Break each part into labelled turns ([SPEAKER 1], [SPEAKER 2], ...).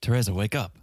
[SPEAKER 1] Teresa, wake up.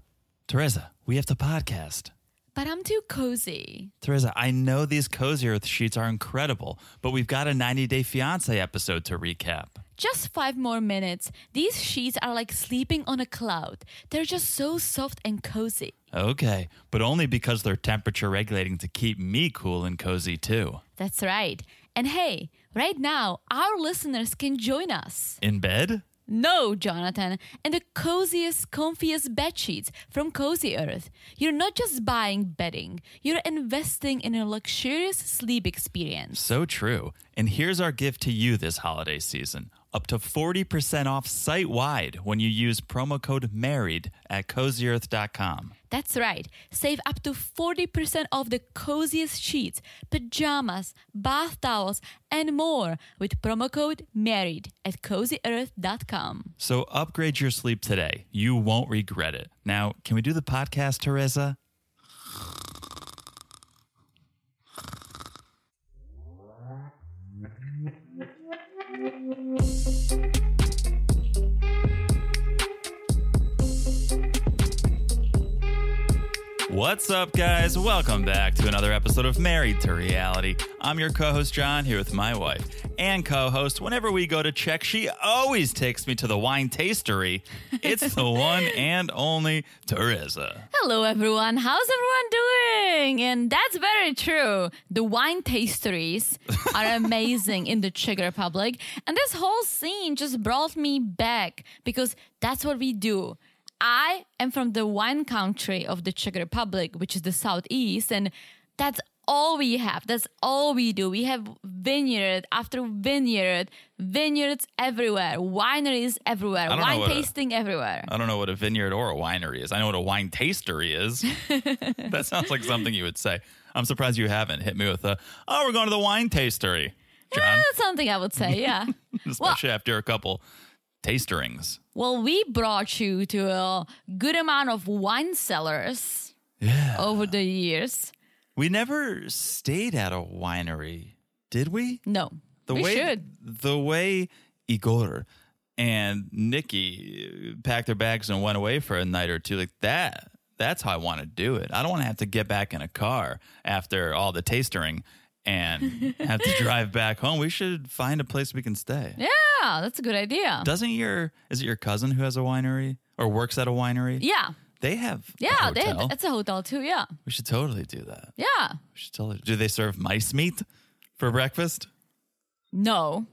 [SPEAKER 1] Teresa, we have to podcast.
[SPEAKER 2] But I'm too cozy.
[SPEAKER 1] Teresa, I know these cozy earth sheets are incredible, but we've got a 90 day fiance episode to recap.
[SPEAKER 2] Just five more minutes. These sheets are like sleeping on a cloud. They're just so soft and cozy.
[SPEAKER 1] Okay, but only because they're temperature regulating to keep me cool and cozy too.
[SPEAKER 2] That's right. And hey, right now, our listeners can join us.
[SPEAKER 1] In bed?
[SPEAKER 2] No, Jonathan, and the coziest, comfiest bed sheets from Cozy Earth. You're not just buying bedding, you're investing in a luxurious sleep experience.
[SPEAKER 1] So true. And here's our gift to you this holiday season up to 40% off site wide when you use promo code MARRIED at cozyearth.com.
[SPEAKER 2] That's right. Save up to 40% off the coziest sheets, pajamas, bath towels, and more with promo code MARRIED at cozyearth.com.
[SPEAKER 1] So upgrade your sleep today. You won't regret it. Now, can we do the podcast, Teresa? What's up, guys? Welcome back to another episode of Married to Reality. I'm your co host, John, here with my wife and co host. Whenever we go to check, she always takes me to the wine tastery. It's the one and only Teresa.
[SPEAKER 2] Hello, everyone. How's everyone doing? And that's very true. The wine tasteries are amazing in the Czech Republic. And this whole scene just brought me back because that's what we do. I am from the wine country of the Czech Republic, which is the southeast, and that's all we have. That's all we do. We have vineyard after vineyard, vineyards everywhere, wineries everywhere,
[SPEAKER 1] I don't know
[SPEAKER 2] wine
[SPEAKER 1] what a-
[SPEAKER 2] tasting everywhere.
[SPEAKER 1] I don't know what a vineyard or a winery is. I know what a wine tastery is. that sounds like something you would say. I'm surprised you haven't hit me with a, oh, we're going to the wine tastery, John,
[SPEAKER 2] That's something I would say, yeah.
[SPEAKER 1] especially after a couple tasterings.
[SPEAKER 2] well, we brought you to a good amount of wine cellars over the years.
[SPEAKER 1] We never stayed at a winery, did we?
[SPEAKER 2] No, we
[SPEAKER 1] way
[SPEAKER 2] should.
[SPEAKER 1] the way Igor and Nikki packed their bags and went away for a night or two, like that. That's how I want to do it. I don't want to have to get back in a car after all the tastering and have to drive back home. We should find a place we can stay.
[SPEAKER 2] Yeah, that's a good idea.
[SPEAKER 1] Doesn't your is it your cousin who has a winery or works at a winery?
[SPEAKER 2] yeah,
[SPEAKER 1] They have a
[SPEAKER 2] yeah, they,
[SPEAKER 1] hotel.
[SPEAKER 2] it's a hotel too. Yeah,
[SPEAKER 1] we should totally do that.
[SPEAKER 2] yeah.
[SPEAKER 1] We should totally do they serve mice meat for breakfast?
[SPEAKER 2] No.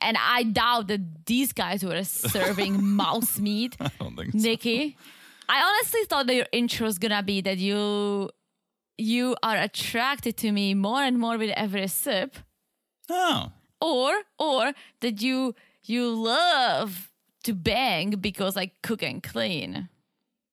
[SPEAKER 2] And I doubt that these guys were serving mouse meat,
[SPEAKER 1] I don't think so.
[SPEAKER 2] Nikki. I honestly thought that your intro was gonna be that you you are attracted to me more and more with every sip,
[SPEAKER 1] Oh.
[SPEAKER 2] or or that you you love to bang because I cook and clean.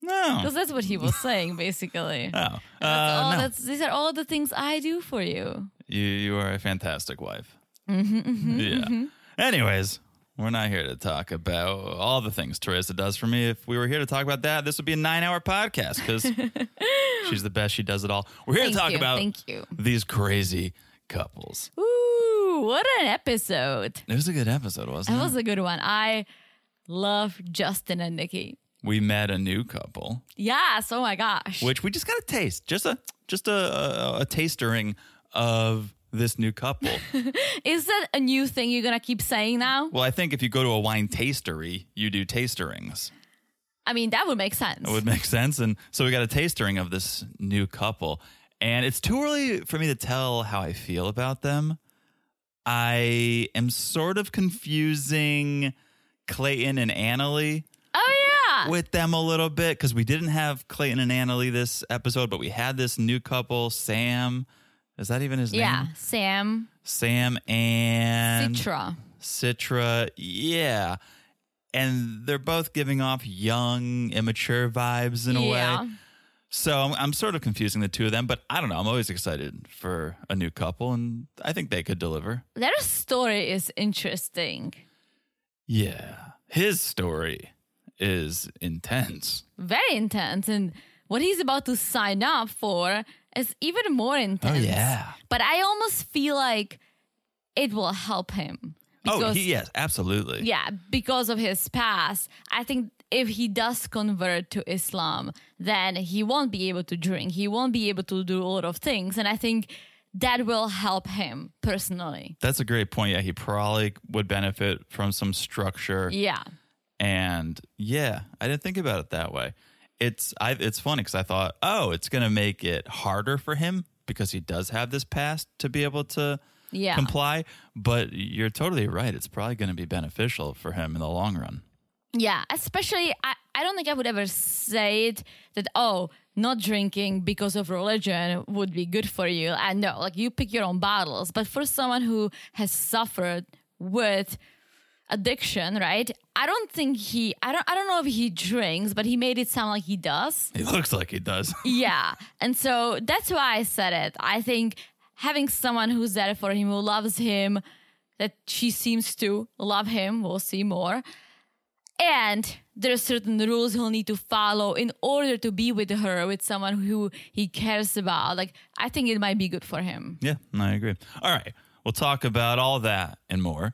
[SPEAKER 1] No.
[SPEAKER 2] Because that's what he was saying, basically.
[SPEAKER 1] Oh,
[SPEAKER 2] That's all-
[SPEAKER 1] uh, no.
[SPEAKER 2] that's- these are all the things I do for you.
[SPEAKER 1] You, you are a fantastic wife.
[SPEAKER 2] Mm-hmm,
[SPEAKER 1] yeah. Anyways, we're not here to talk about all the things Teresa does for me. If we were here to talk about that, this would be a nine hour podcast because she's the best. She does it all. We're here
[SPEAKER 2] Thank
[SPEAKER 1] to talk
[SPEAKER 2] you,
[SPEAKER 1] about
[SPEAKER 2] thank you.
[SPEAKER 1] these crazy couples.
[SPEAKER 2] Ooh, what an episode!
[SPEAKER 1] It was a good episode, wasn't
[SPEAKER 2] That
[SPEAKER 1] it?
[SPEAKER 2] was a good one. I love Justin and Nikki.
[SPEAKER 1] we met a new couple,
[SPEAKER 2] Yes. Oh my gosh.
[SPEAKER 1] which we just got a taste, just a just a, a, a tastering of this new couple.
[SPEAKER 2] Is that a new thing you're gonna keep saying now?
[SPEAKER 1] well, I think if you go to a wine tastery, you do tasterings.
[SPEAKER 2] I mean, that would make sense.
[SPEAKER 1] It would make sense. And so we got a tastering of this new couple. And it's too early for me to tell how I feel about them. I am sort of confusing Clayton and Annalie
[SPEAKER 2] oh yeah.
[SPEAKER 1] with them a little bit because we didn't have Clayton and Annalie this episode, but we had this new couple, Sam. Is that even his
[SPEAKER 2] yeah.
[SPEAKER 1] name?
[SPEAKER 2] Sam
[SPEAKER 1] Sam and
[SPEAKER 2] Citra.
[SPEAKER 1] Citra, yeah. And they're both giving off young, immature vibes in a
[SPEAKER 2] Yeah.
[SPEAKER 1] way. So I'm, I'm sort of confusing the two of them, but I don't know. I'm always excited for a new couple, and I think they could deliver.
[SPEAKER 2] Their story is interesting.
[SPEAKER 1] Yeah. His story is intense.
[SPEAKER 2] Very intense, and what he's about to sign up for is even more intense.
[SPEAKER 1] Oh, yeah.
[SPEAKER 2] But I almost feel like it will help him.
[SPEAKER 1] oh,
[SPEAKER 2] because-
[SPEAKER 1] he, yes, absolutely.
[SPEAKER 2] yeah because of his past i think if he does convert to Islam, then he won't be able to drink. He won't be able to do a lot of things. And I think that will help him personally.
[SPEAKER 1] That's a great point. Yeah, he probably would benefit from some structure.
[SPEAKER 2] Yeah.
[SPEAKER 1] And yeah, I didn't think about it that way. It's I it's funny because I thought, oh, it's gonna make it harder for him because he does have this past to be able to
[SPEAKER 2] Yeah.
[SPEAKER 1] comply. But you're totally right. It's probably gonna be beneficial for him in the long run.
[SPEAKER 2] Yeah, especially I, I don't think I would ever say it that oh, not drinking because of religion would be good for you. I know, like you pick your own battles, but for someone who has suffered with addiction, right? I don't think he I don't I don't know if he drinks, but he made it sound like he does.
[SPEAKER 1] He looks like he does.
[SPEAKER 2] Yeah. And so that's why I said it. I think having someone who's there for him, who loves him, that she seems to love him, we'll see more. And there are certain rules he'll need to follow in order to be with her, with someone who he cares about. Like, I think it might be good for him.
[SPEAKER 1] Yeah, no, I agree. All right. We'll talk about all that and more.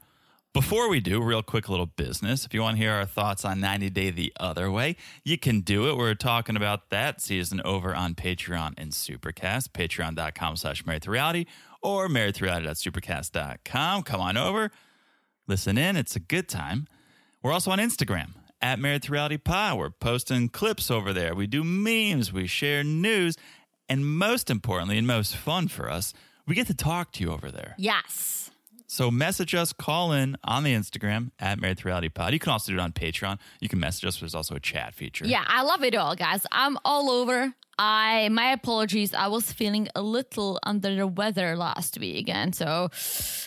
[SPEAKER 1] Before we do, real quick little business. If you want to hear our thoughts on 90 Day the Other Way, you can do it. We're talking about that season over on Patreon and Supercast, patreon.com slash married to reality or married to reality.supercast.com. Come on over, listen in. It's a good time. We're also on Instagram at Married to Reality Pod. We're posting clips over there. We do memes, we share news, and most importantly, and most fun for us, we get to talk to you over there.
[SPEAKER 2] Yes.
[SPEAKER 1] So message us, call in on the Instagram at Married to Reality Pod. You can also do it on Patreon. You can message us. There's also a chat feature.
[SPEAKER 2] Yeah, I love it all, guys. I'm all over. I my apologies. I was feeling a little under the weather last week, and so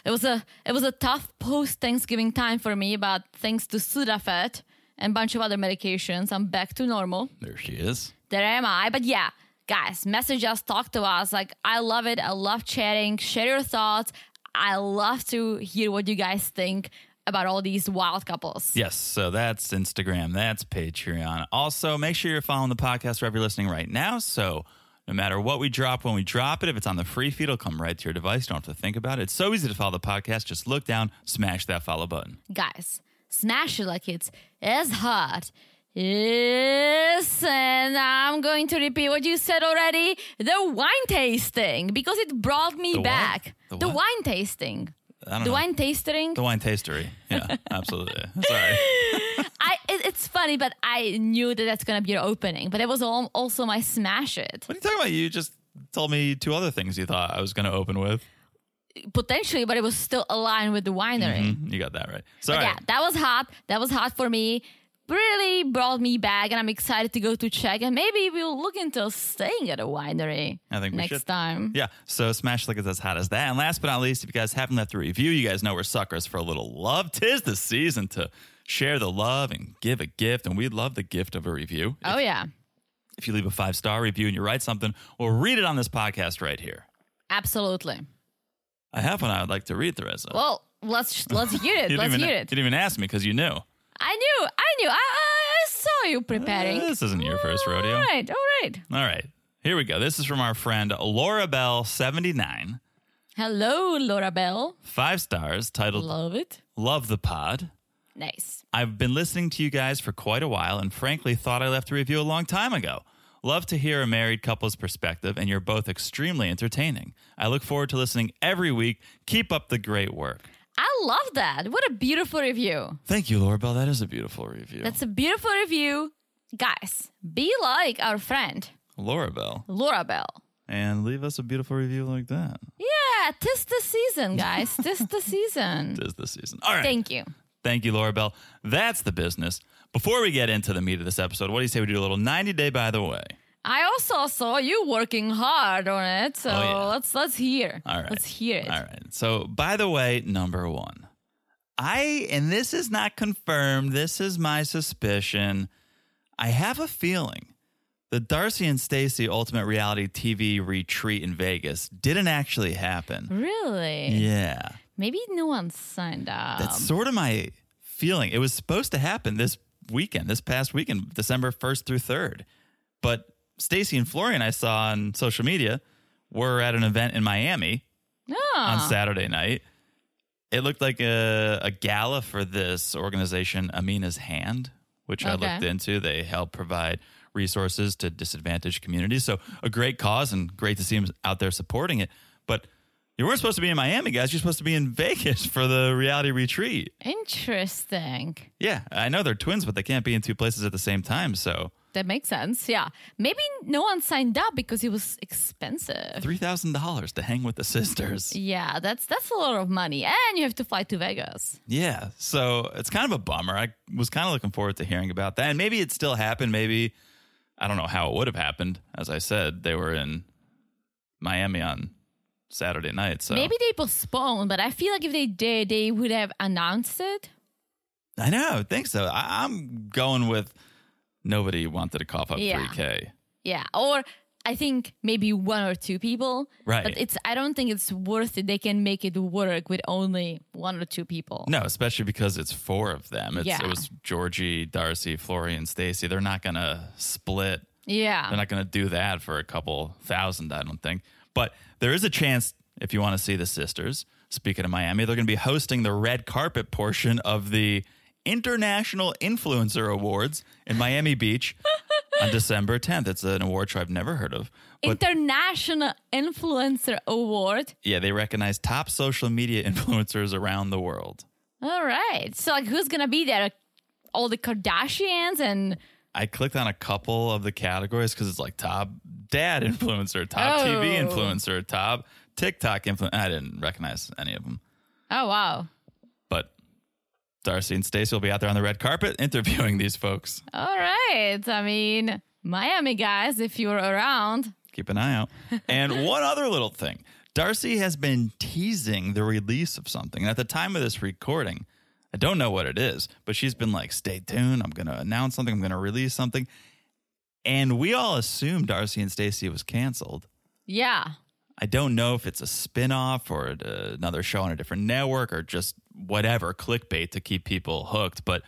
[SPEAKER 2] it was a it was a tough post Thanksgiving time for me. But thanks to Sudafed and a bunch of other medications, I'm back to normal.
[SPEAKER 1] There she is.
[SPEAKER 2] There am I. But yeah, guys, message us, talk to us. Like I love it. I love chatting. Share your thoughts. I love to hear what you guys think about all these wild couples.
[SPEAKER 1] Yes. So that's Instagram. That's Patreon. Also, make sure you're following the podcast wherever you're listening right now. So no matter what we drop, when we drop it, if it's on the free feed, it'll come right to your device. You don't have to think about it. It's so easy to follow the podcast. Just look down, smash that follow button.
[SPEAKER 2] guys, smash it like it's as hot. Yes, and I'm going to repeat what you said already. The wine tasting because it brought me
[SPEAKER 1] The what?
[SPEAKER 2] back.
[SPEAKER 1] The
[SPEAKER 2] The
[SPEAKER 1] what?
[SPEAKER 2] wine tasting.
[SPEAKER 1] I don't
[SPEAKER 2] The
[SPEAKER 1] know.
[SPEAKER 2] wine tasting.
[SPEAKER 1] the wine tastery. Yeah, absolutely. Sorry.
[SPEAKER 2] I it, it's funny, but I knew that that's gonna be your opening. But it was al- also my smash it
[SPEAKER 1] What are you talking about? You just told me two other things you thought I was going to open with.
[SPEAKER 2] potentially, but it was still aligned with the winery.
[SPEAKER 1] Mhm, You got that right. Sorry.
[SPEAKER 2] Yeah, that was hot. That was hot for me. Really brought me back, and I'm excited to go to check. And maybe we'll look into staying at a winery
[SPEAKER 1] I think we
[SPEAKER 2] next
[SPEAKER 1] should.
[SPEAKER 2] time.
[SPEAKER 1] Yeah. So smash like it's as hot as that. And last but not least, if you guys haven't left a review, you guys know we're suckers for a little love. Tis the season to share the love and give a gift. And we love the gift of a review.
[SPEAKER 2] Oh, yeah,
[SPEAKER 1] If you leave a five star review and you write something, we'll read it on this podcast right here.
[SPEAKER 2] absolutely.
[SPEAKER 1] I have one I would like to read, Theresa.
[SPEAKER 2] Well, let's let's hear it.
[SPEAKER 1] you didn't
[SPEAKER 2] let's
[SPEAKER 1] even,
[SPEAKER 2] hear
[SPEAKER 1] you
[SPEAKER 2] it.
[SPEAKER 1] didn't even ask me because you knew.
[SPEAKER 2] I knew, I knew, I, I, I saw you preparing.
[SPEAKER 1] This isn't your first rodeo.
[SPEAKER 2] All right, all right.
[SPEAKER 1] All right. Here we go. This is from our friend Laura Bell 79,
[SPEAKER 2] Hello, Laura Bell.
[SPEAKER 1] five stars, titled
[SPEAKER 2] Love it.
[SPEAKER 1] Love the Pod.
[SPEAKER 2] Nice.
[SPEAKER 1] I've been listening to you guys for quite a while and frankly thought I left a review a long time ago. Love to hear a married couple's perspective, and you're both extremely entertaining. I look forward to listening every week. Keep up the great work.
[SPEAKER 2] I love that. What a beautiful review.
[SPEAKER 1] Thank you, Laura Bell. That is a beautiful review.
[SPEAKER 2] That's a beautiful review, guys. Be like our friend
[SPEAKER 1] Laura Bell.
[SPEAKER 2] Laura Bell.
[SPEAKER 1] And leave us a beautiful review like that.
[SPEAKER 2] Yeah, tis the season, guys. tis the season.
[SPEAKER 1] It is this season. All right.
[SPEAKER 2] Thank you.
[SPEAKER 1] Thank you, Laura Bell. That's the business. Before we get into the meat of this episode, what do you say we do a little 90 day by the way?
[SPEAKER 2] I also saw you working hard on it, so
[SPEAKER 1] Oh, yeah.
[SPEAKER 2] let's let's hear.
[SPEAKER 1] All right.
[SPEAKER 2] let's hear it.
[SPEAKER 1] All right. So, by the way, number one, I, and this is not confirmed, this is my suspicion. I have a feeling the Darcy and Stacy Ultimate Reality TV retreat in Vegas didn't actually happen.
[SPEAKER 2] Really? Um,
[SPEAKER 1] Yeah.
[SPEAKER 2] Maybe no one signed up.
[SPEAKER 1] That's sort of my feeling. It was supposed to happen this weekend, this past weekend, December 1st through 3rd. But Stacy and Florian, I saw on social media, were at an event in Miami
[SPEAKER 2] no.
[SPEAKER 1] on Saturday night. It looked like a, a gala for this organization, Amina's Hand, which I
[SPEAKER 2] Okay.
[SPEAKER 1] looked into. They help provide resources to disadvantaged communities. So a great cause and great to see them out there supporting it. But you weren't supposed to be in Miami, guys. You're supposed to be in Vegas for the reality retreat.
[SPEAKER 2] Interesting.
[SPEAKER 1] Yeah, I know they're twins, but they can't be in two places at the same time. So
[SPEAKER 2] That makes sense. Yeah. Maybe no one signed up because it was expensive.
[SPEAKER 1] three thousand dollars to hang with the sisters.
[SPEAKER 2] Yeah, that's that's a lot of money, and you have to fly to Vegas.
[SPEAKER 1] Yeah. So it's kind of a bummer. I was kind of looking forward to hearing about that. And maybe it still happened. Maybe I don't know how it would have happened. As I said, they were in Miami on Saturday night. So
[SPEAKER 2] Maybe they postponed, but I feel like if they did, they would have announced it.
[SPEAKER 1] I know. I think so. I, I'm going with nobody wanted to cough up
[SPEAKER 2] Yeah.
[SPEAKER 1] 3K.
[SPEAKER 2] Yeah, or I think maybe one or two people.
[SPEAKER 1] Right.
[SPEAKER 2] But it's I don't think it's worth it. They can make it work with only one or two people.
[SPEAKER 1] No, especially because it's four of them. It's,
[SPEAKER 2] Yeah.
[SPEAKER 1] It was Georgie, Darcy, Florian, Stacy. They're not going to split.
[SPEAKER 2] Yeah.
[SPEAKER 1] They're not going to do that for a couple thousand, I don't think. But there is a chance if you want to see the sisters. Speaking of Miami, they're going to be hosting the red carpet portion of the International Influencer Awards in Miami Beach on December 10th. It's an award show I've never heard of. But
[SPEAKER 2] International Influencer Award.
[SPEAKER 1] yeah, they recognize top social media influencers around the world.
[SPEAKER 2] All right. So like, who's gonna be there? All the Kardashians and
[SPEAKER 1] I clicked on a couple of the categories because it's like top dad influencer, top TV
[SPEAKER 2] Oh.
[SPEAKER 1] influencer, top TikTok influencer. I didn't recognize any of them.
[SPEAKER 2] oh wow.
[SPEAKER 1] but Darcy and Stacey will be out there on the red carpet interviewing these folks.
[SPEAKER 2] All right. I mean, Miami guys, if you're around.
[SPEAKER 1] Keep an eye out. And one other little thing Darcy has been teasing the release of something. And at the time of this recording, I don't know what it is, but she's been like, stay tuned. I'm going to announce something. I'm going to release something. And we all assumed Darcy and Stacey was canceled.
[SPEAKER 2] Yeah.
[SPEAKER 1] I don't know if it's a spin-off or uh, another show on a different network or just whatever clickbait to keep people hooked, but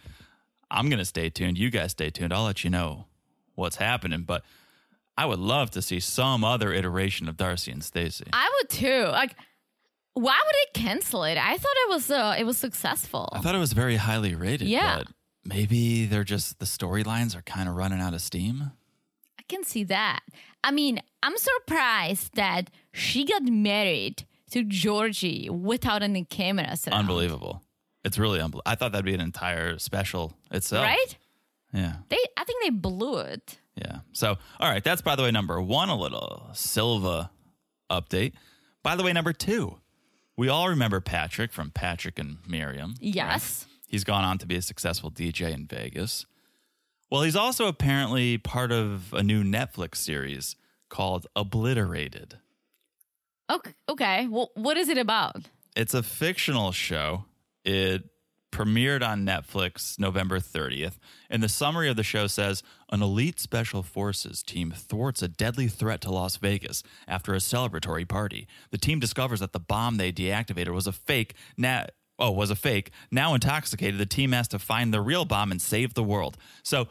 [SPEAKER 1] I'm going to stay tuned. You guys stay tuned. I'll let you know what's happening, but I would love to see some other iteration of Darcy and Stacy.
[SPEAKER 2] I would too. Like why would they cancel it? I thought it was uh, it was successful.
[SPEAKER 1] I thought it was very highly rated,
[SPEAKER 2] Yeah.
[SPEAKER 1] but maybe they're just the storylines are kind of running out of steam.
[SPEAKER 2] I can see that. I mean, I'm surprised that she got married to Georgie without any cameras. around,
[SPEAKER 1] Unbelievable. It's really unbelievable. I thought that'd be an entire special itself.
[SPEAKER 2] Right?
[SPEAKER 1] Yeah.
[SPEAKER 2] They I think they blew it.
[SPEAKER 1] Yeah. So, all right. That's, by the way, number one, a little Silva update. By the way, number two, we all remember Patrick from Patrick and Miriam.
[SPEAKER 2] Yes.
[SPEAKER 1] He's gone on to be a successful DJ in Vegas. Well, he's also apparently part of a new Netflix series called Obliterated.
[SPEAKER 2] Okay. Okay. Well, what is it about? Eh,
[SPEAKER 1] It's a fictional show. It premiered on Netflix November 30th. And the summary of the show says an elite special forces team thwarts a deadly threat to Las Vegas after a celebratory party. The team discovers that the bomb they deactivated was a fake. Now, oh, was a fake. Now intoxicated, the team has to find the real bomb and save the world. So,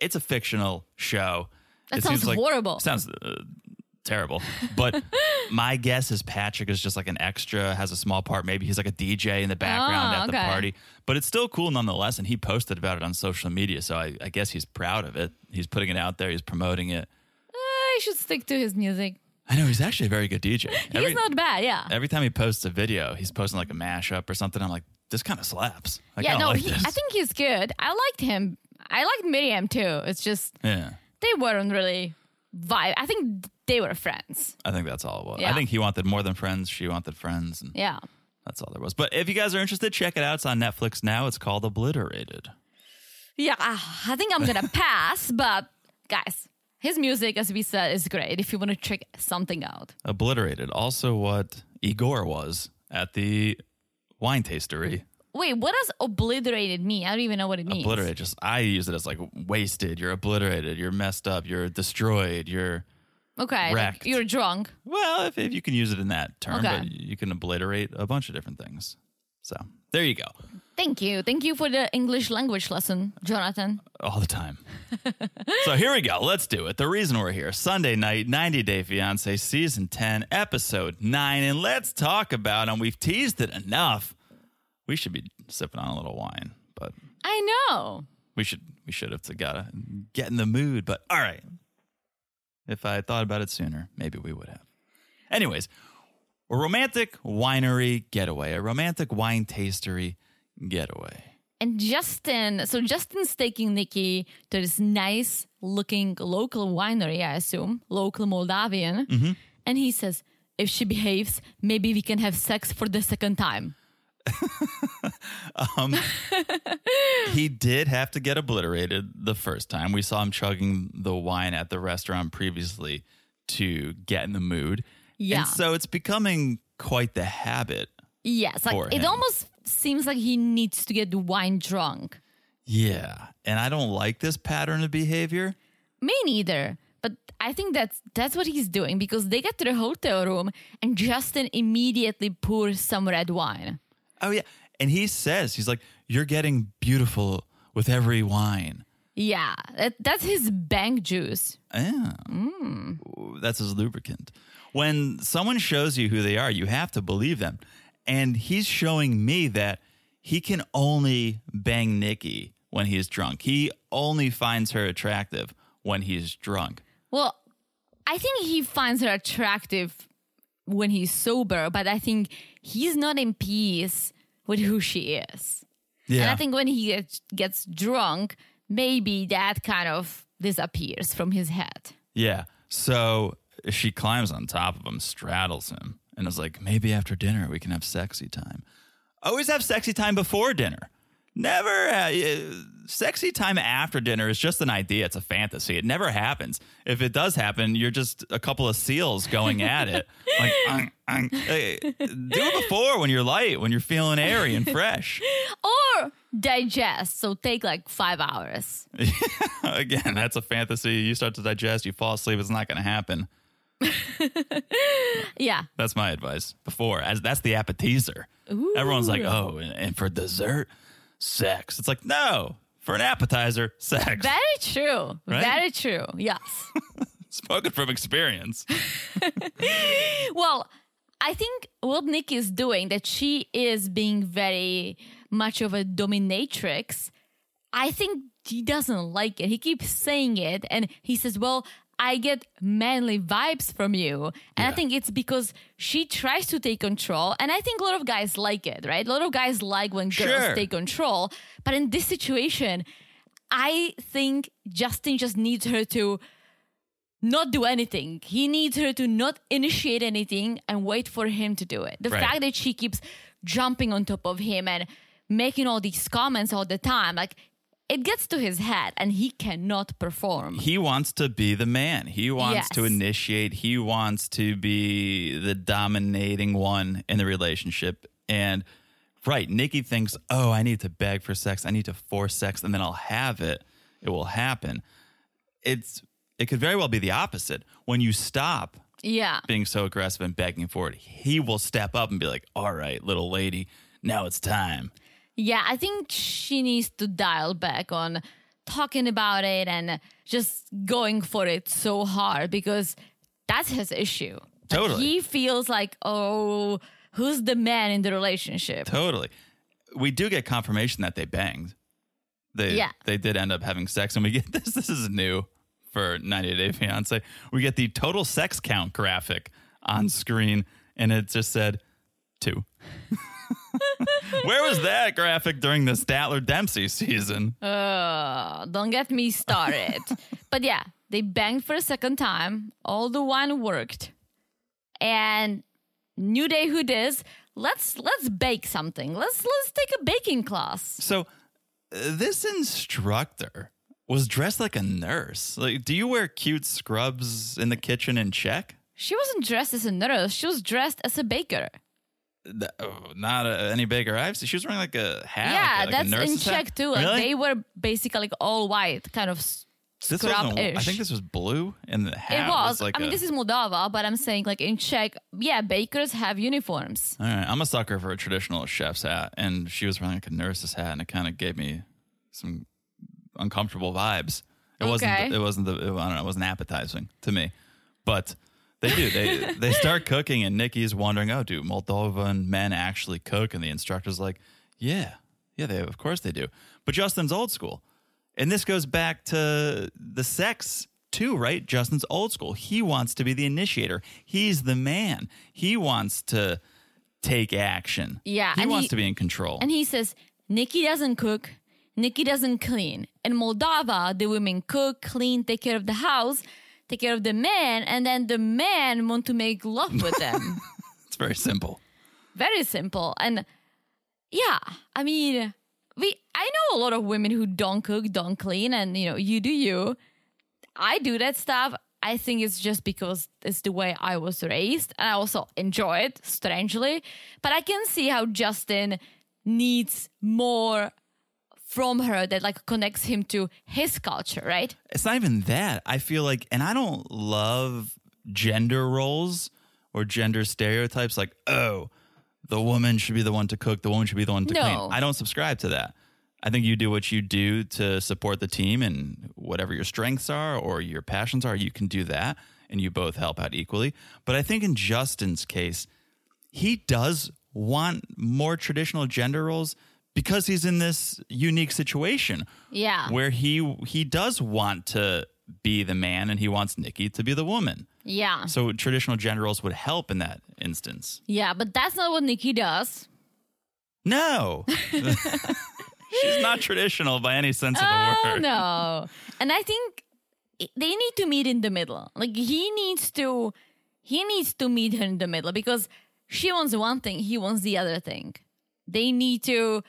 [SPEAKER 1] it's a fictional show.
[SPEAKER 2] That
[SPEAKER 1] It
[SPEAKER 2] sounds
[SPEAKER 1] seems like-
[SPEAKER 2] horrible.
[SPEAKER 1] Sounds uh, terrible. But my guess is Patrick is just like an extra, has a small part. Maybe he's like a DJ in the background
[SPEAKER 2] Oh,
[SPEAKER 1] at the
[SPEAKER 2] okay.
[SPEAKER 1] party. But it's still cool nonetheless. And he posted about it on social media. So I, I guess he's proud of it. He's putting it out there, he's promoting it.
[SPEAKER 2] I should stick to his music.
[SPEAKER 1] I know he's actually a very good DJ.
[SPEAKER 2] He's not bad. Yeah.
[SPEAKER 1] every time he posts a video, he's posting like a mashup or something. I'm like, this kind of slaps. I
[SPEAKER 2] yeah.
[SPEAKER 1] kinda
[SPEAKER 2] No.
[SPEAKER 1] like
[SPEAKER 2] he,
[SPEAKER 1] this.
[SPEAKER 2] I think he's good. I liked him. I liked Miriam too. It's just
[SPEAKER 1] yeah.
[SPEAKER 2] they weren't really vibe. I think they were friends.
[SPEAKER 1] I think that's all it was. I
[SPEAKER 2] Yeah.
[SPEAKER 1] think he wanted more than friends. She wanted friends. And
[SPEAKER 2] Yeah.
[SPEAKER 1] That's all there was. But if you guys are interested, check it out. It's on Netflix now. It's called Obliterated.
[SPEAKER 2] Yeah, ah, I think I'm gonna pass, but guys, his music, as we said, is great if you wanna check something out.
[SPEAKER 1] Obliterated. Also, what Igor was at the wine tastery.
[SPEAKER 2] Wait, what does obliterated mean? I don't even know what it means.
[SPEAKER 1] Obliterated. Just I use it as like wasted. You're obliterated. You're messed up. You're destroyed. You're
[SPEAKER 2] Okay, like,
[SPEAKER 1] Wrecked.
[SPEAKER 2] you're drunk.
[SPEAKER 1] well, if, if you can use it in that term,
[SPEAKER 2] Okay.
[SPEAKER 1] but you can obliterate a bunch of different things. So there you go.
[SPEAKER 2] Thank you. Thank you for the English language lesson, Jonathan.
[SPEAKER 1] all the time. so here we go. Let's do it. The reason we're here Sunday night, 90 Day Fiance, season 10, episode 9. And let's talk about, and we've teased it enough. We should be sipping on a little wine, but
[SPEAKER 2] I know.
[SPEAKER 1] We should we should have to gotta get in the mood, but all right. If I had thought about it sooner, maybe we would have. Anyways, a romantic winery getaway, a romantic wine tastery getaway.
[SPEAKER 2] And Justin, so Justin's taking Nikki to this nice looking local winery, I assume, local Moldavian.
[SPEAKER 1] Mm-hmm.
[SPEAKER 2] And he says, if she behaves, maybe we can have sex for the second time.
[SPEAKER 1] He did have to get obliterated the first time. We saw him chugging the wine at the restaurant previously to get in the mood.
[SPEAKER 2] Yeah.
[SPEAKER 1] And so it's becoming quite the habit.
[SPEAKER 2] Yes,
[SPEAKER 1] For
[SPEAKER 2] like it
[SPEAKER 1] him.
[SPEAKER 2] almost seems like he needs to get wine drunk.
[SPEAKER 1] Yeah. And I don't like this pattern of behavior.
[SPEAKER 2] Me neither. But I think that's that's what he's doing because they get to the hotel room and Justin immediately pours some red wine.
[SPEAKER 1] Oh yeah. And he says, he's like, You're getting beautiful with every wine.
[SPEAKER 2] Yeah, that, that's his bank juice.
[SPEAKER 1] Yeah.
[SPEAKER 2] Hmm.
[SPEAKER 1] Ooh, That's his lubricant. When someone shows you who they are, you have to believe them. And he's showing me that he can only bang Nikki when he's drunk. He only finds her attractive when he's drunk.
[SPEAKER 2] Well, I think he finds her attractive when he's sober, but I think he's not in peace with who she is. And I think when he gets, gets drunk, maybe that kind of disappears from his head.
[SPEAKER 1] Yeah. So she climbs on top of him, straddles him, and is like, maybe after dinner we can have sexy time. Always have sexy time before dinner. Never. Uh, uh, sexy time after dinner is just an idea. It's a fantasy. It never happens. If it does happen, you're just a couple of seals going at it. like, "Ung, ung." Hey, do it before when you're light, when you're feeling airy and fresh.
[SPEAKER 2] Or digest, so take like five hours.
[SPEAKER 1] Again, that's a fantasy. You start to digest, you fall asleep. It's not going to happen.
[SPEAKER 2] Yeah.
[SPEAKER 1] That's my advice. Before, as that's the appetizer. Everyone's like, oh, and, and for dessert, sex. It's like, no, for an appetizer, sex.
[SPEAKER 2] Very true.
[SPEAKER 1] Right?
[SPEAKER 2] Very true. Yes.
[SPEAKER 1] Spoken from experience.
[SPEAKER 2] well, I think what Nikki is doing, that she is being very much of a dominatrix, I think he doesn't like it. He keeps saying it and he says, Well, I get manly vibes from you. And I
[SPEAKER 1] Yeah.
[SPEAKER 2] think it's because she tries to take control. And I think a lot of guys like it, right? A lot of guys like when girls
[SPEAKER 1] Sure.
[SPEAKER 2] take control. But in this situation, I think Justin just needs her to not do anything. He needs her to not initiate anything and wait for him to do it. The
[SPEAKER 1] Right.
[SPEAKER 2] fact that she keeps jumping on top of him and making all these comments all the time, like it gets to his head and he cannot perform.
[SPEAKER 1] He wants to be the man. He wants
[SPEAKER 2] Yes.
[SPEAKER 1] to initiate. He wants to be the dominating one in the relationship. And right, Nikki thinks, oh, I need to beg for sex. I need to force sex, and then I'll have it. It will happen. It's it could very well be the opposite. When you stop
[SPEAKER 2] Yeah.
[SPEAKER 1] being so aggressive and begging for it, he will step up and be like, "All right, little lady, now it's time."
[SPEAKER 2] Yeah, I think she needs to dial back on talking about it and just going for it so hard because that's his issue. Like,
[SPEAKER 1] Totally.
[SPEAKER 2] he feels like, oh, who's the man in the relationship?
[SPEAKER 1] Totally. We do get confirmation that they banged. They
[SPEAKER 2] Yeah.
[SPEAKER 1] they did end up having sex, and we get this. This is new for 90 Day Fiance. We get the total sex count graphic on screen, and it just said two. Where was that graphic during the Statler Dempsey season?
[SPEAKER 2] Uh, don't get me started. but yeah, they banged for a second time. All the wine worked. And New Day who dis, let's let's bake something. Let's let's take a baking class.
[SPEAKER 1] So uh, this instructor was dressed like a nurse. Like, do you wear cute scrubs in the kitchen in check?
[SPEAKER 2] She wasn't dressed as a nurse, she was dressed as a baker.
[SPEAKER 1] Th- oh, not uh any baker I've seen. She was wearing like a hat.
[SPEAKER 2] yeah,
[SPEAKER 1] like a- like a
[SPEAKER 2] that's in
[SPEAKER 1] nurse's hat.
[SPEAKER 2] check too. Like
[SPEAKER 1] Really?
[SPEAKER 2] they were basically like all white, kind of s-
[SPEAKER 1] this wasn't,
[SPEAKER 2] scrub-ish.
[SPEAKER 1] I think this was blue, and the
[SPEAKER 2] it
[SPEAKER 1] hat
[SPEAKER 2] was.
[SPEAKER 1] like
[SPEAKER 2] I mean,
[SPEAKER 1] a-
[SPEAKER 2] this is Moldova, but I'm saying like in Czech, yeah, bakers have uniforms.
[SPEAKER 1] All right, I'm a sucker for a traditional chef's hat, and she was wearing like a nurse's hat, and it kind of gave me some uncomfortable vibes. It
[SPEAKER 2] Okay.
[SPEAKER 1] wasn't. It wasn't the. I don't know. It wasn't appetizing to me, but they do. They they start cooking, and Nikki's wondering, "Oh, do Moldovan men actually cook?" And the instructor's like, "Yeah, yeah, they of course they do." But Justin's old school. And this goes back to the sex too, right? Justin's old school. He wants to be the initiator. He's the man. He wants to take action.
[SPEAKER 2] Yeah,
[SPEAKER 1] He
[SPEAKER 2] and
[SPEAKER 1] wants
[SPEAKER 2] he-
[SPEAKER 1] to be in control.
[SPEAKER 2] And he says, Nikki doesn't cook, Nikki doesn't clean. In Moldova, the women cook, clean, take care of the house, take care of the men, and then the men want to make love with them.
[SPEAKER 1] it's very simple.
[SPEAKER 2] Very simple. And yeah, I mean, we I know a lot of women who don't cook, don't clean, and you know, you do you. I do that stuff. I think it's just because it's the way I was raised and I also enjoy it strangely. But I can see how Justin needs more from her that like connects him to his culture, right?
[SPEAKER 1] it's not even that. I feel like, and I don't love gender roles or gender stereotypes like, oh, the woman should be the one to cook, the woman should be the one to
[SPEAKER 2] No.
[SPEAKER 1] clean. I don't subscribe to that. I think you do what you do to support the team and whatever your strengths are or your passions are, you can do that and you both help out equally. But I think in Justin's case, he does want more traditional gender roles because he's in this unique situation
[SPEAKER 2] Yeah.
[SPEAKER 1] where he he does want to be the man and he wants Nikki to be the woman.
[SPEAKER 2] yeah.
[SPEAKER 1] So traditional gender roles would help in that instance.
[SPEAKER 2] Yeah, but that's not what Nikki does.
[SPEAKER 1] No. She's not traditional by any sense of the
[SPEAKER 2] Oh
[SPEAKER 1] word.
[SPEAKER 2] no! And I think i- they need to meet in the middle. Like he needs to, he needs to meet her in the middle because she wants one thing, he wants the other thing. They need to.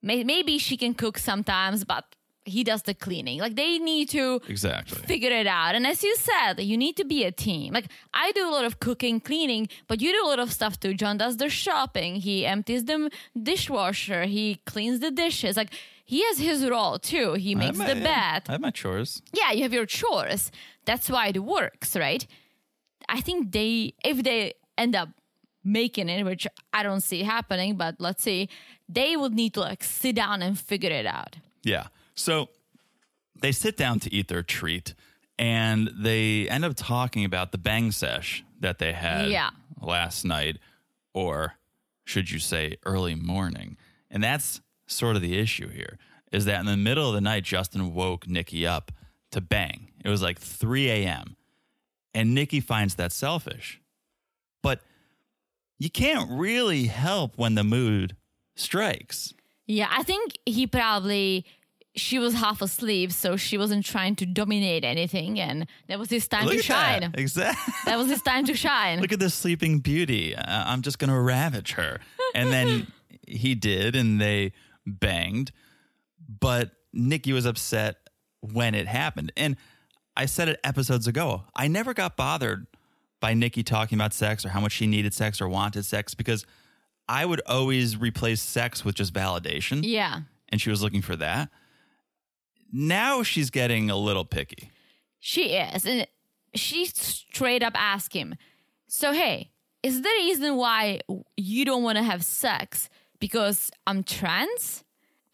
[SPEAKER 2] May, maybe she can cook sometimes, but he does the cleaning. Like they need to
[SPEAKER 1] Exactly.
[SPEAKER 2] figure it out. And as you said, you need to be a team. Like I do a lot of cooking, cleaning, but you do a lot of stuff too. John does the shopping. He empties the dishwasher. He cleans the dishes. Like he has his role too. He
[SPEAKER 1] I have
[SPEAKER 2] makes
[SPEAKER 1] my-
[SPEAKER 2] the
[SPEAKER 1] yeah,
[SPEAKER 2] bed.
[SPEAKER 1] I have my chores.
[SPEAKER 2] yeah, you have your chores. That's why it works, right? I think they if they end up making it, which I don't see happening, but let's see, they would need to like sit down and figure it out.
[SPEAKER 1] Yeah. So they sit down to eat their treat and they end up talking about the bang sesh that they had
[SPEAKER 2] Yeah.
[SPEAKER 1] last night, or should you say early morning. And that's sort of the issue here is that in the middle of the night, Justin woke Nikki up to bang. It was like 3 a.m. And Nikki finds that selfish. But you can't really help when the mood strikes.
[SPEAKER 2] Yeah, I think he probably she was half asleep, so she wasn't trying to dominate anything, and that was his time to shine.
[SPEAKER 1] that.
[SPEAKER 2] That.
[SPEAKER 1] Exactly.
[SPEAKER 2] was his time to shine.
[SPEAKER 1] look at this sleeping beauty. Uh, I'm just going to ravage her. And then he did, and they banged. But Nikki was upset when it happened. And I said it episodes ago. I never got bothered by Nikki talking about sex or how much she needed sex or wanted sex because I would always replace sex with just validation.
[SPEAKER 2] yeah,
[SPEAKER 1] And she was looking for that. Now she's getting a little picky.
[SPEAKER 2] she is, and she straight up asked him. So hey, is the reason why you don't want to have sex because I'm trans?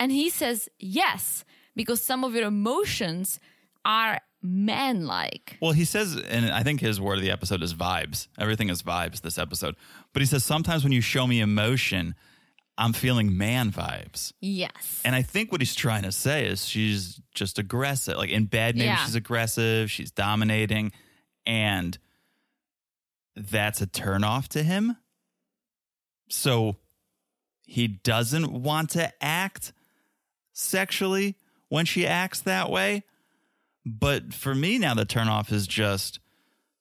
[SPEAKER 2] And he says yes, because some of your emotions are manlike.
[SPEAKER 1] Well, he says, and I think his word of the episode is vibes. Everything is vibes this episode. But he says, sometimes when you show me emotion, I'm feeling man vibes.
[SPEAKER 2] Yes.
[SPEAKER 1] And I think what he's trying to say is she's just aggressive. Like in bed, maybe
[SPEAKER 2] Yeah.
[SPEAKER 1] she's aggressive, she's dominating, and that's a turnoff to him. So he doesn't want to act sexually when she acts that way. But for me now, the turnoff is just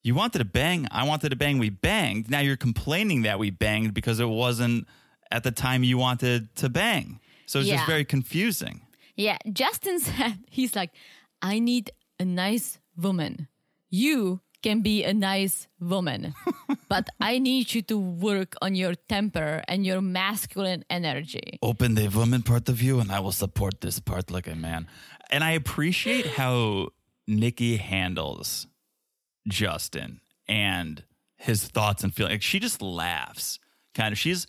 [SPEAKER 1] you wanted to bang, I wanted to bang, we banged. Now you're complaining that we banged because it wasn't at the time you wanted to bang. So it's
[SPEAKER 2] Yeah.
[SPEAKER 1] just very confusing.
[SPEAKER 2] Yeah, Justin said he's like, I need a nice woman. You can be a nice woman, but I need you to work on your temper and your masculine energy.
[SPEAKER 1] Open the woman part of you, and I will support this part like a man. And I appreciate how Nikki handles Justin and his thoughts and feelings. She just laughs, kind of. She's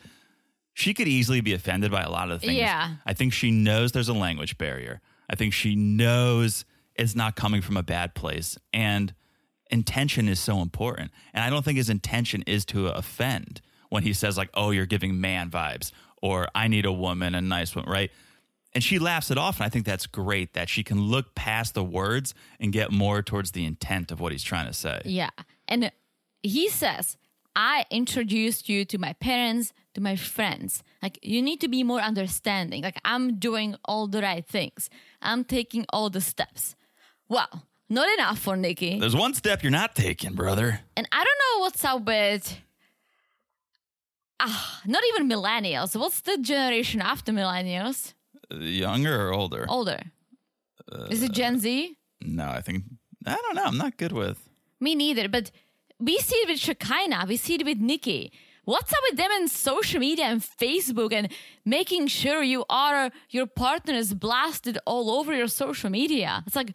[SPEAKER 1] she could easily be offended by a lot of things.
[SPEAKER 2] Yeah.
[SPEAKER 1] I think she knows there's a language barrier. I think she knows it's not coming from a bad place, and intention is so important. And I don't think his intention is to offend when he says like, "Oh, you're giving man vibes," or "I need a woman, a nice one," right? And she laughs it off. And I think that's great that she can look past the words and get more towards the intent of what he's trying to say.
[SPEAKER 2] Yeah. And he says, I introduced you to my parents, to my friends. Like, you need to be more understanding. Like, I'm doing all the right things, I'm taking all the steps. Well, not enough for Nikki.
[SPEAKER 1] There's one step you're not taking, brother.
[SPEAKER 2] And I don't know what's up with. Ah, not even millennials. What's the generation after millennials?
[SPEAKER 1] Uh, Younger or older?
[SPEAKER 2] Older. Is it Gen Z?
[SPEAKER 1] No, I think, I don't know. I'm not good with.
[SPEAKER 2] Me neither. But we see it with Shekinah. We see it with Nikki. What's up with them and social media and Facebook and making sure you are your partner is blasted all over your social media? It's like,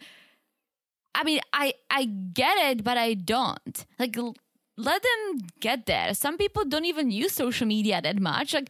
[SPEAKER 2] I mean, I I get it, but I don't. Like, l- let them get there. Some people don't even use social media that much. Like,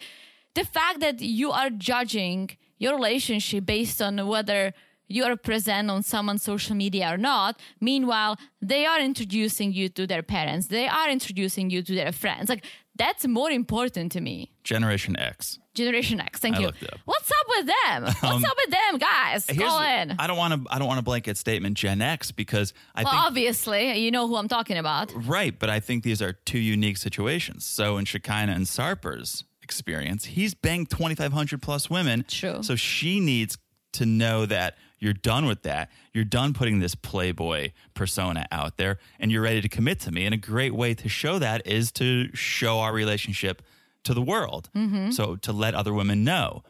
[SPEAKER 2] the fact that you are judging your relationship based on whether you are present on someone's social media or not. Meanwhile, they are introducing you to their parents. They are introducing you to their friends. Like, that's more important to me.
[SPEAKER 1] Generation X.
[SPEAKER 2] Generation X, thank
[SPEAKER 1] I
[SPEAKER 2] you.
[SPEAKER 1] looked it up. Um,
[SPEAKER 2] What's up with them? What's up with them, guys?
[SPEAKER 1] Here's
[SPEAKER 2] Call
[SPEAKER 1] the-
[SPEAKER 2] in.
[SPEAKER 1] I don't want to. I don't want to blanket statement Gen X because I
[SPEAKER 2] Well,
[SPEAKER 1] think
[SPEAKER 2] obviously, you know who I'm talking about.
[SPEAKER 1] Right, but I think these are two unique situations. So in Shekinah and Sarper's experience, he's banged 2,500 plus women.
[SPEAKER 2] True.
[SPEAKER 1] So she needs to know that you're done with that. You're done putting this playboy persona out there and you're ready to commit to me. And a great way to show that is to show our relationship to the world. So to let other women know.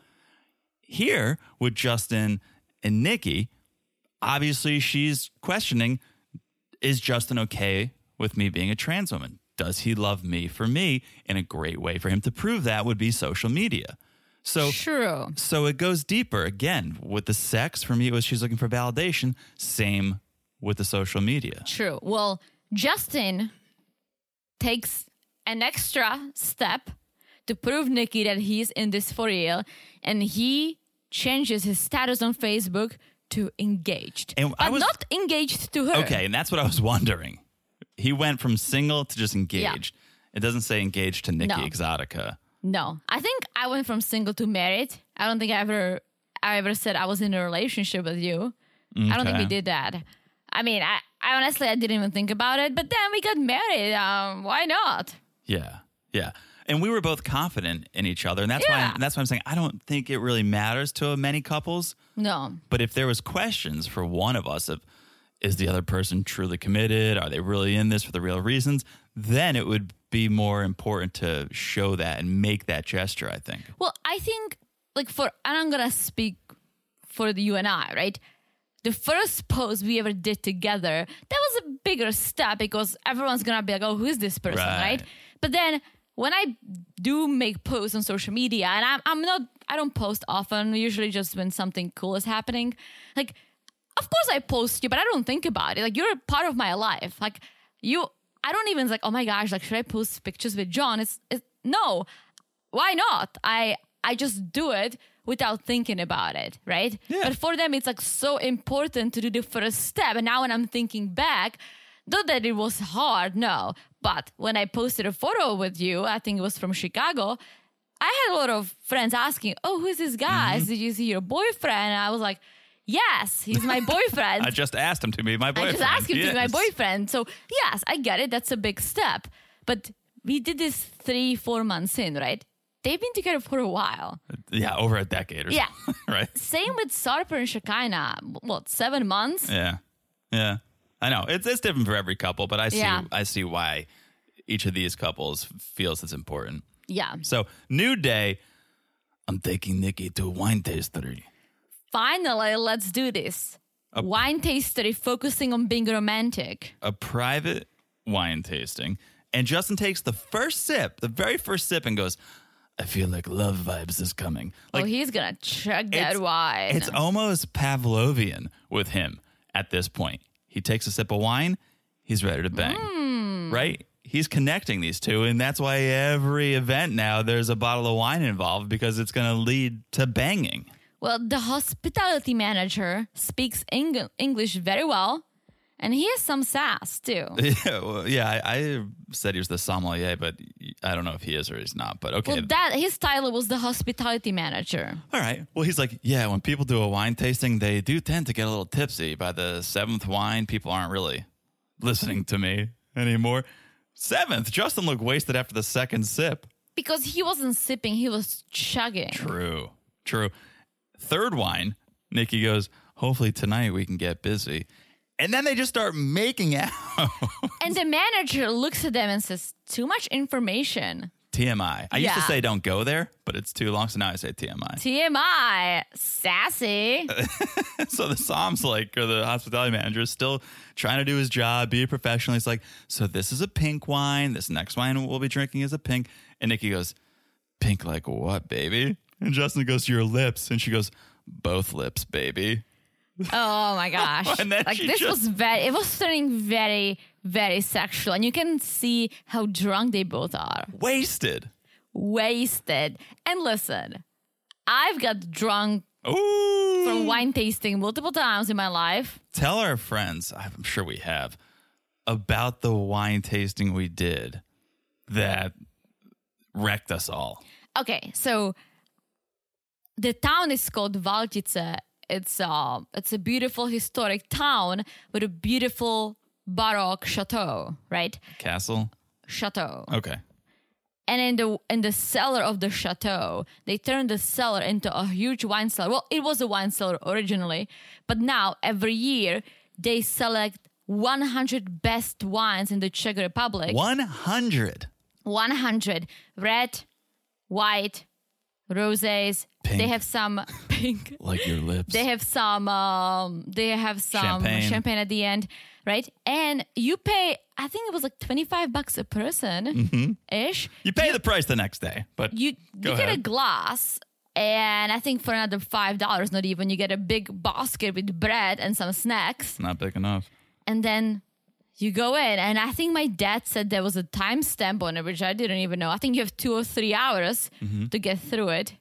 [SPEAKER 1] Here with Justin and Nikki, obviously she's questioning is Justin okay with me being a trans woman? Does he love me for me? And a great way for him to prove that would be social media. So
[SPEAKER 2] True.
[SPEAKER 1] so it goes deeper again with the sex. For me, it was she's looking for validation. Same with the social media.
[SPEAKER 2] True. Well, Justin takes an extra step to prove Nikki that he's in this for real, and he changes his status on Facebook to engaged.
[SPEAKER 1] And I
[SPEAKER 2] but
[SPEAKER 1] was-
[SPEAKER 2] not engaged to her.
[SPEAKER 1] Okay, and that's what I was wondering. He went from single to just engaged. It doesn't say engaged to Nikki
[SPEAKER 2] No.
[SPEAKER 1] Exotica.
[SPEAKER 2] No, I think I went from single to married. I don't think I ever, I ever said I was in a relationship with you. I don't think we
[SPEAKER 1] Okay.
[SPEAKER 2] did that. I mean, I, I honestly, I didn't even think about it. But then we got married. Um, why not?
[SPEAKER 1] Yeah. Yeah. And we were both confident in each other. And that's why
[SPEAKER 2] Yeah.
[SPEAKER 1] that's why I'm saying I don't think it really matters to many couples.
[SPEAKER 2] No,
[SPEAKER 1] But if there was questions for one of us of is the other person truly committed? Are they really in this for the real reasons? Then it would be more important to show that and make that gesture, I think.
[SPEAKER 2] Well, I think like for and I'm gonna speak for the you and I, right? The first post we ever did together, that was a bigger step because everyone's gonna be like, "Oh, who is this person?"
[SPEAKER 1] Right.
[SPEAKER 2] Right? But then when I do make posts on social media, and I'm I'm not I don't post often. Usually, just when something cool is happening, like of course I post you, but I don't think about it. Like you're a part of my life. Like you, I don't even like. Oh my gosh, like should I post pictures with John? It's, it's no. Why not? I I just do it without thinking about it, right?
[SPEAKER 1] Yeah.
[SPEAKER 2] But for them, it's like so important to do the first step. And now when I'm thinking back, not that it was hard, no. But when I posted a photo with you, I think it was from Chicago. I had a lot of friends asking, "Oh, who's this guy?
[SPEAKER 1] Mm-hmm.
[SPEAKER 2] Did you see your boyfriend?" And I was like, "Yes, he's my boyfriend."
[SPEAKER 1] I just asked him to be my
[SPEAKER 2] I
[SPEAKER 1] boyfriend.
[SPEAKER 2] just asked him to be my
[SPEAKER 1] Yes.
[SPEAKER 2] boyfriend. So yes, I get it. That's a big step. But we did this three, four months in, right? They've been together for a while.
[SPEAKER 1] Yeah, over a decade or
[SPEAKER 2] Yeah.
[SPEAKER 1] something, right?
[SPEAKER 2] Same with Sarper and Shekinah. What, seven months?
[SPEAKER 1] Yeah. Yeah. I know. It's it's different for every couple, but I see
[SPEAKER 2] Yeah.
[SPEAKER 1] I see why each of these couples feels it's important.
[SPEAKER 2] Yeah.
[SPEAKER 1] So, new day, I'm taking Nikki to a wine tasting.
[SPEAKER 2] Finally, let's do this. Wine tastery focusing on being romantic.
[SPEAKER 1] a private wine tasting, and Justin takes the first sip, the very first sip, and goes, "I feel like love vibes is coming." Like
[SPEAKER 2] oh, he's gonna chug
[SPEAKER 1] it's-
[SPEAKER 2] that wine.
[SPEAKER 1] it's almost Pavlovian with him at this point. He takes a sip of wine, he's ready to bang, right? He's connecting these two, and that's why every event now there's a bottle of wine involved because it's going to lead to banging.
[SPEAKER 2] Well, the hospitality manager speaks Eng- English very well, and he has some sass too.
[SPEAKER 1] Yeah, well, yeah. I, I said he was the sommelier, but I don't know if he is or he's not, but okay.
[SPEAKER 2] Well, that his title was the hospitality manager.
[SPEAKER 1] All right. Well, he's like, yeah, when people do a wine tasting, they do tend to get a little tipsy. By the seventh wine, people aren't really listening to me anymore. Seventh, Justin looked wasted after the second sip.
[SPEAKER 2] Because he wasn't sipping, he was chugging.
[SPEAKER 1] True. True. Third wine, Nikki goes, hopefully tonight we can get busy. And then they just start making out.
[SPEAKER 2] And the manager looks at them and says, Too much information.
[SPEAKER 1] TMI. I used to
[SPEAKER 2] Yeah.
[SPEAKER 1] say don't go there, but it's too long, so now I say TMI.
[SPEAKER 2] TMI, sassy.
[SPEAKER 1] so the Psalms, like, or the hospitality manager, is still trying to do his job, be a professional. He's like, so this is a pink wine. This next wine we'll be drinking is a pink. And Nikki goes, pink like what, baby? And Justin goes, your lips. And she goes, both lips, baby.
[SPEAKER 2] Oh my gosh.
[SPEAKER 1] And then
[SPEAKER 2] like
[SPEAKER 1] she
[SPEAKER 2] this
[SPEAKER 1] just-
[SPEAKER 2] was very it was turning very, very sexual. And you can see how drunk they both are.
[SPEAKER 1] Wasted.
[SPEAKER 2] Wasted. And listen, I've got drunk
[SPEAKER 1] Ooh.
[SPEAKER 2] from wine tasting multiple times in my life.
[SPEAKER 1] Tell our friends, I'm sure we have, about the wine tasting we did that wrecked us all.
[SPEAKER 2] Okay, so the town is called Valtice. It's a it's a beautiful historic town with a beautiful baroque chateau, right?
[SPEAKER 1] Castle?
[SPEAKER 2] Chateau.
[SPEAKER 1] Okay.
[SPEAKER 2] And in the in the cellar of the chateau, they turned the cellar into a huge wine cellar. Well, it was a wine cellar originally, but now every year they select 100 best wines in the Czech Republic.
[SPEAKER 1] 100.
[SPEAKER 2] 100 red, white, rosés.
[SPEAKER 1] Pink.
[SPEAKER 2] They have some pink.
[SPEAKER 1] Like your lips.
[SPEAKER 2] They have some. Um, they have some
[SPEAKER 1] Champagne.
[SPEAKER 2] champagne. at the end, right? And you pay. I think it was like twenty five bucks a person, ish.
[SPEAKER 1] you pay the price the next day, but
[SPEAKER 2] You
[SPEAKER 1] Mm-hmm. Go
[SPEAKER 2] you get
[SPEAKER 1] ahead.
[SPEAKER 2] a glass, and I think for another five dollars, not even, you get a big basket with bread and some snacks
[SPEAKER 1] it's not big enough.
[SPEAKER 2] and then you go in and i think my dad said there was a timestamp on it which i didn't even know i think you have two or three hours to get through it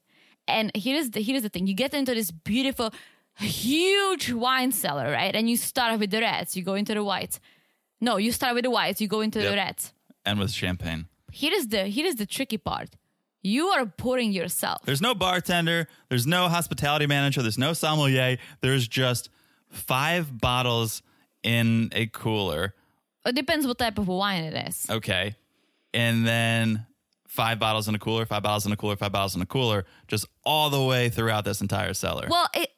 [SPEAKER 2] and here's the here's the thing you get into this beautiful huge wine cellar right and you start with the reds you go into the whites no you start with the whites you go into
[SPEAKER 1] Yep.
[SPEAKER 2] the reds
[SPEAKER 1] And with champagne.
[SPEAKER 2] here is the here is the tricky part you are pouring yourself
[SPEAKER 1] There's no bartender, there's no hospitality manager, there's no sommelier. There's just five bottles in a cooler.
[SPEAKER 2] it depends what type of wine it is
[SPEAKER 1] Okay. And then five bottles in a cooler, five bottles in a cooler, five bottles in a cooler, just all the way throughout this entire cellar.
[SPEAKER 2] well it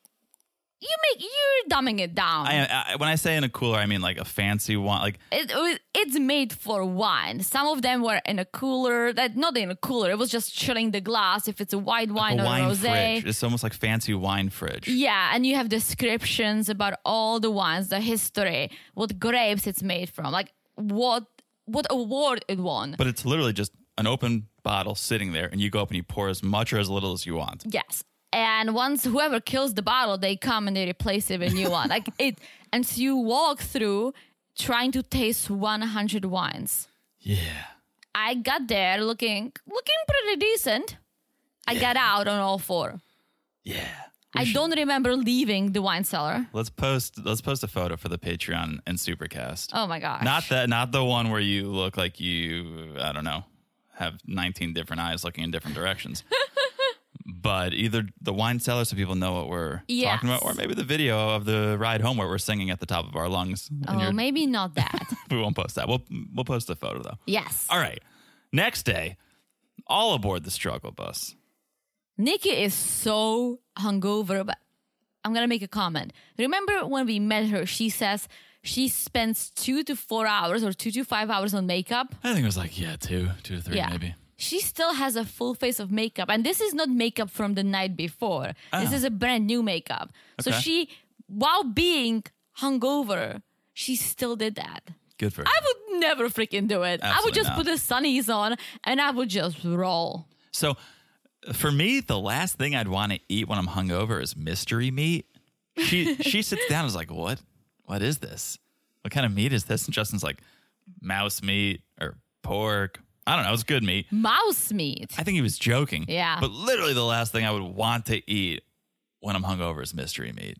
[SPEAKER 2] you make you're dumbing it down
[SPEAKER 1] I, I when I say in a cooler, I mean like a fancy one. Like
[SPEAKER 2] it, was- it's made for wine. Some of them were in a cooler, that not in a cooler. It was just chilling the glass if it's a white
[SPEAKER 1] a
[SPEAKER 2] wine or
[SPEAKER 1] wine
[SPEAKER 2] a rosé.
[SPEAKER 1] fridge. It's almost like fancy wine fridge.
[SPEAKER 2] Yeah, and you have descriptions about all the wines, the history, what grapes it's made from, like what what award it won.
[SPEAKER 1] But it's literally just an open bottle sitting there, and you go up and you pour as much or as little as you want.
[SPEAKER 2] Yes. And once whoever kills the bottle, they come and they replace it with a new one. Like it, and so you walk through trying to taste 100 wines.
[SPEAKER 1] Yeah.
[SPEAKER 2] I got there looking looking pretty decent. I got out on all four.
[SPEAKER 1] Yeah.
[SPEAKER 2] I don't remember leaving the wine cellar.
[SPEAKER 1] Let's post let's post a photo for the Patreon and Supercast.
[SPEAKER 2] Oh my gosh.
[SPEAKER 1] Not that not the one where you look like you I don't know, have 19 different eyes looking in different directions. but either the wine cellar so people know what we're talking about
[SPEAKER 2] Yes.
[SPEAKER 1] or maybe the video of the ride home where we're singing at the top of our lungs. And
[SPEAKER 2] oh,
[SPEAKER 1] you're-
[SPEAKER 2] maybe not that.
[SPEAKER 1] we won't post that. We'll we'll post the photo though.
[SPEAKER 2] yes.
[SPEAKER 1] All right. Next day, all aboard the struggle bus.
[SPEAKER 2] Nikki is so hungover, but I'm gonna make a comment. Remember when we met her, she says she spends two to four hours or two to five hours on makeup.
[SPEAKER 1] I think it was like, yeah, two, two to three,
[SPEAKER 2] Yeah.
[SPEAKER 1] maybe.
[SPEAKER 2] She still has a full face of makeup. And this is not makeup from the night before. This
[SPEAKER 1] Ah.
[SPEAKER 2] is a brand new makeup. So
[SPEAKER 1] Okay.
[SPEAKER 2] she, while being hungover, she still did that.
[SPEAKER 1] Good for her.
[SPEAKER 2] I would never freaking do it. I
[SPEAKER 1] Absolutely
[SPEAKER 2] would just
[SPEAKER 1] not.
[SPEAKER 2] put the sunnies on and I would just roll.
[SPEAKER 1] so for me, the last thing I'd want to eat when I'm hungover is mystery meat. She she sits down and is like, What? What is this? What kind of meat is this? And Justin's like, mouse meat or pork. I don't know, it's good meat.
[SPEAKER 2] Mouse meat.
[SPEAKER 1] I think he was joking.
[SPEAKER 2] Yeah.
[SPEAKER 1] But literally the last thing I would want to eat when I'm hungover is mystery meat.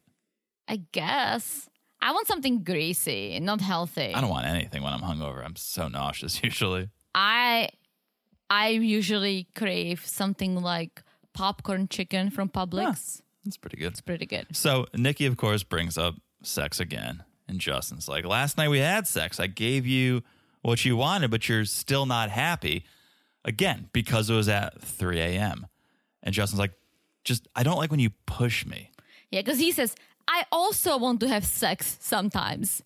[SPEAKER 2] I guess. I want something greasy, not healthy.
[SPEAKER 1] I don't want anything when I'm hungover. I'm so nauseous usually.
[SPEAKER 2] I I usually crave something like popcorn chicken from Publix.
[SPEAKER 1] That's pretty good.
[SPEAKER 2] It's pretty good.
[SPEAKER 1] So Nikki, of course, brings up sex again. And Justin's like, last night we had sex. I gave you what you wanted, but you're still not happy. Again, because it was at 3 a.m. And Justin's like, just, I don't like when you push me.
[SPEAKER 2] Yeah, because he says, I also want to have sex sometimes,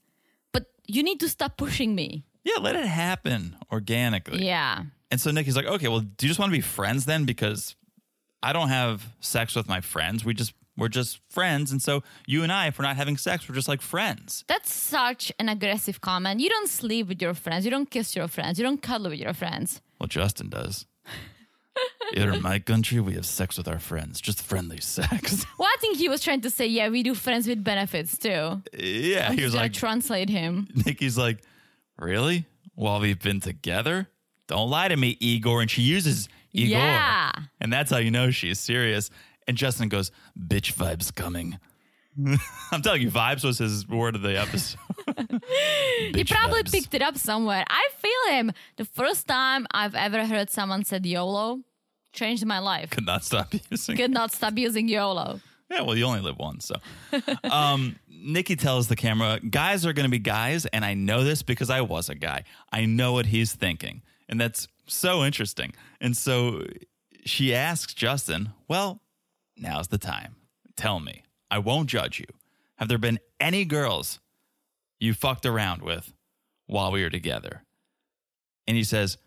[SPEAKER 2] but you need to stop pushing me.
[SPEAKER 1] Yeah, let it happen organically.
[SPEAKER 2] Yeah.
[SPEAKER 1] And so Nikki's like, okay, well, do you just want to be friends then? Because I don't have sex with my friends. We just, we're just friends. And so you and I, if we're not having sex, we're just like friends.
[SPEAKER 2] That's such an aggressive comment. You don't sleep with your friends. You don't kiss your friends. You don't cuddle with your friends.
[SPEAKER 1] Well, Justin does. In my country, we have sex with our friends, just friendly sex.
[SPEAKER 2] Well, I think he was trying to say, yeah, we do friends with benefits too.
[SPEAKER 1] yeah, he was
[SPEAKER 2] Just gonna
[SPEAKER 1] like,
[SPEAKER 2] translate him.
[SPEAKER 1] Nikki's like, really? While we've been together? Don't lie to me, Igor. And she uses Igor.
[SPEAKER 2] Yeah.
[SPEAKER 1] And that's how you know she's serious. And Justin goes, bitch vibes coming. I'm telling you, vibes was his word of the episode.
[SPEAKER 2] He probably picked it up somewhere. I feel him. The first time I've ever heard someone said YOLO changed my life.
[SPEAKER 1] Could not stop using
[SPEAKER 2] Could not stop using YOLO.
[SPEAKER 1] Yeah, well, you only live once. So, um, Nikki tells the camera, guys are going to be guys. And I know this because I was a guy. I know what he's thinking. And that's so interesting. And so she asks Justin, well, now's the time. Tell me. I won't judge you. Have there been any girls you fucked around with while we were together? And he says,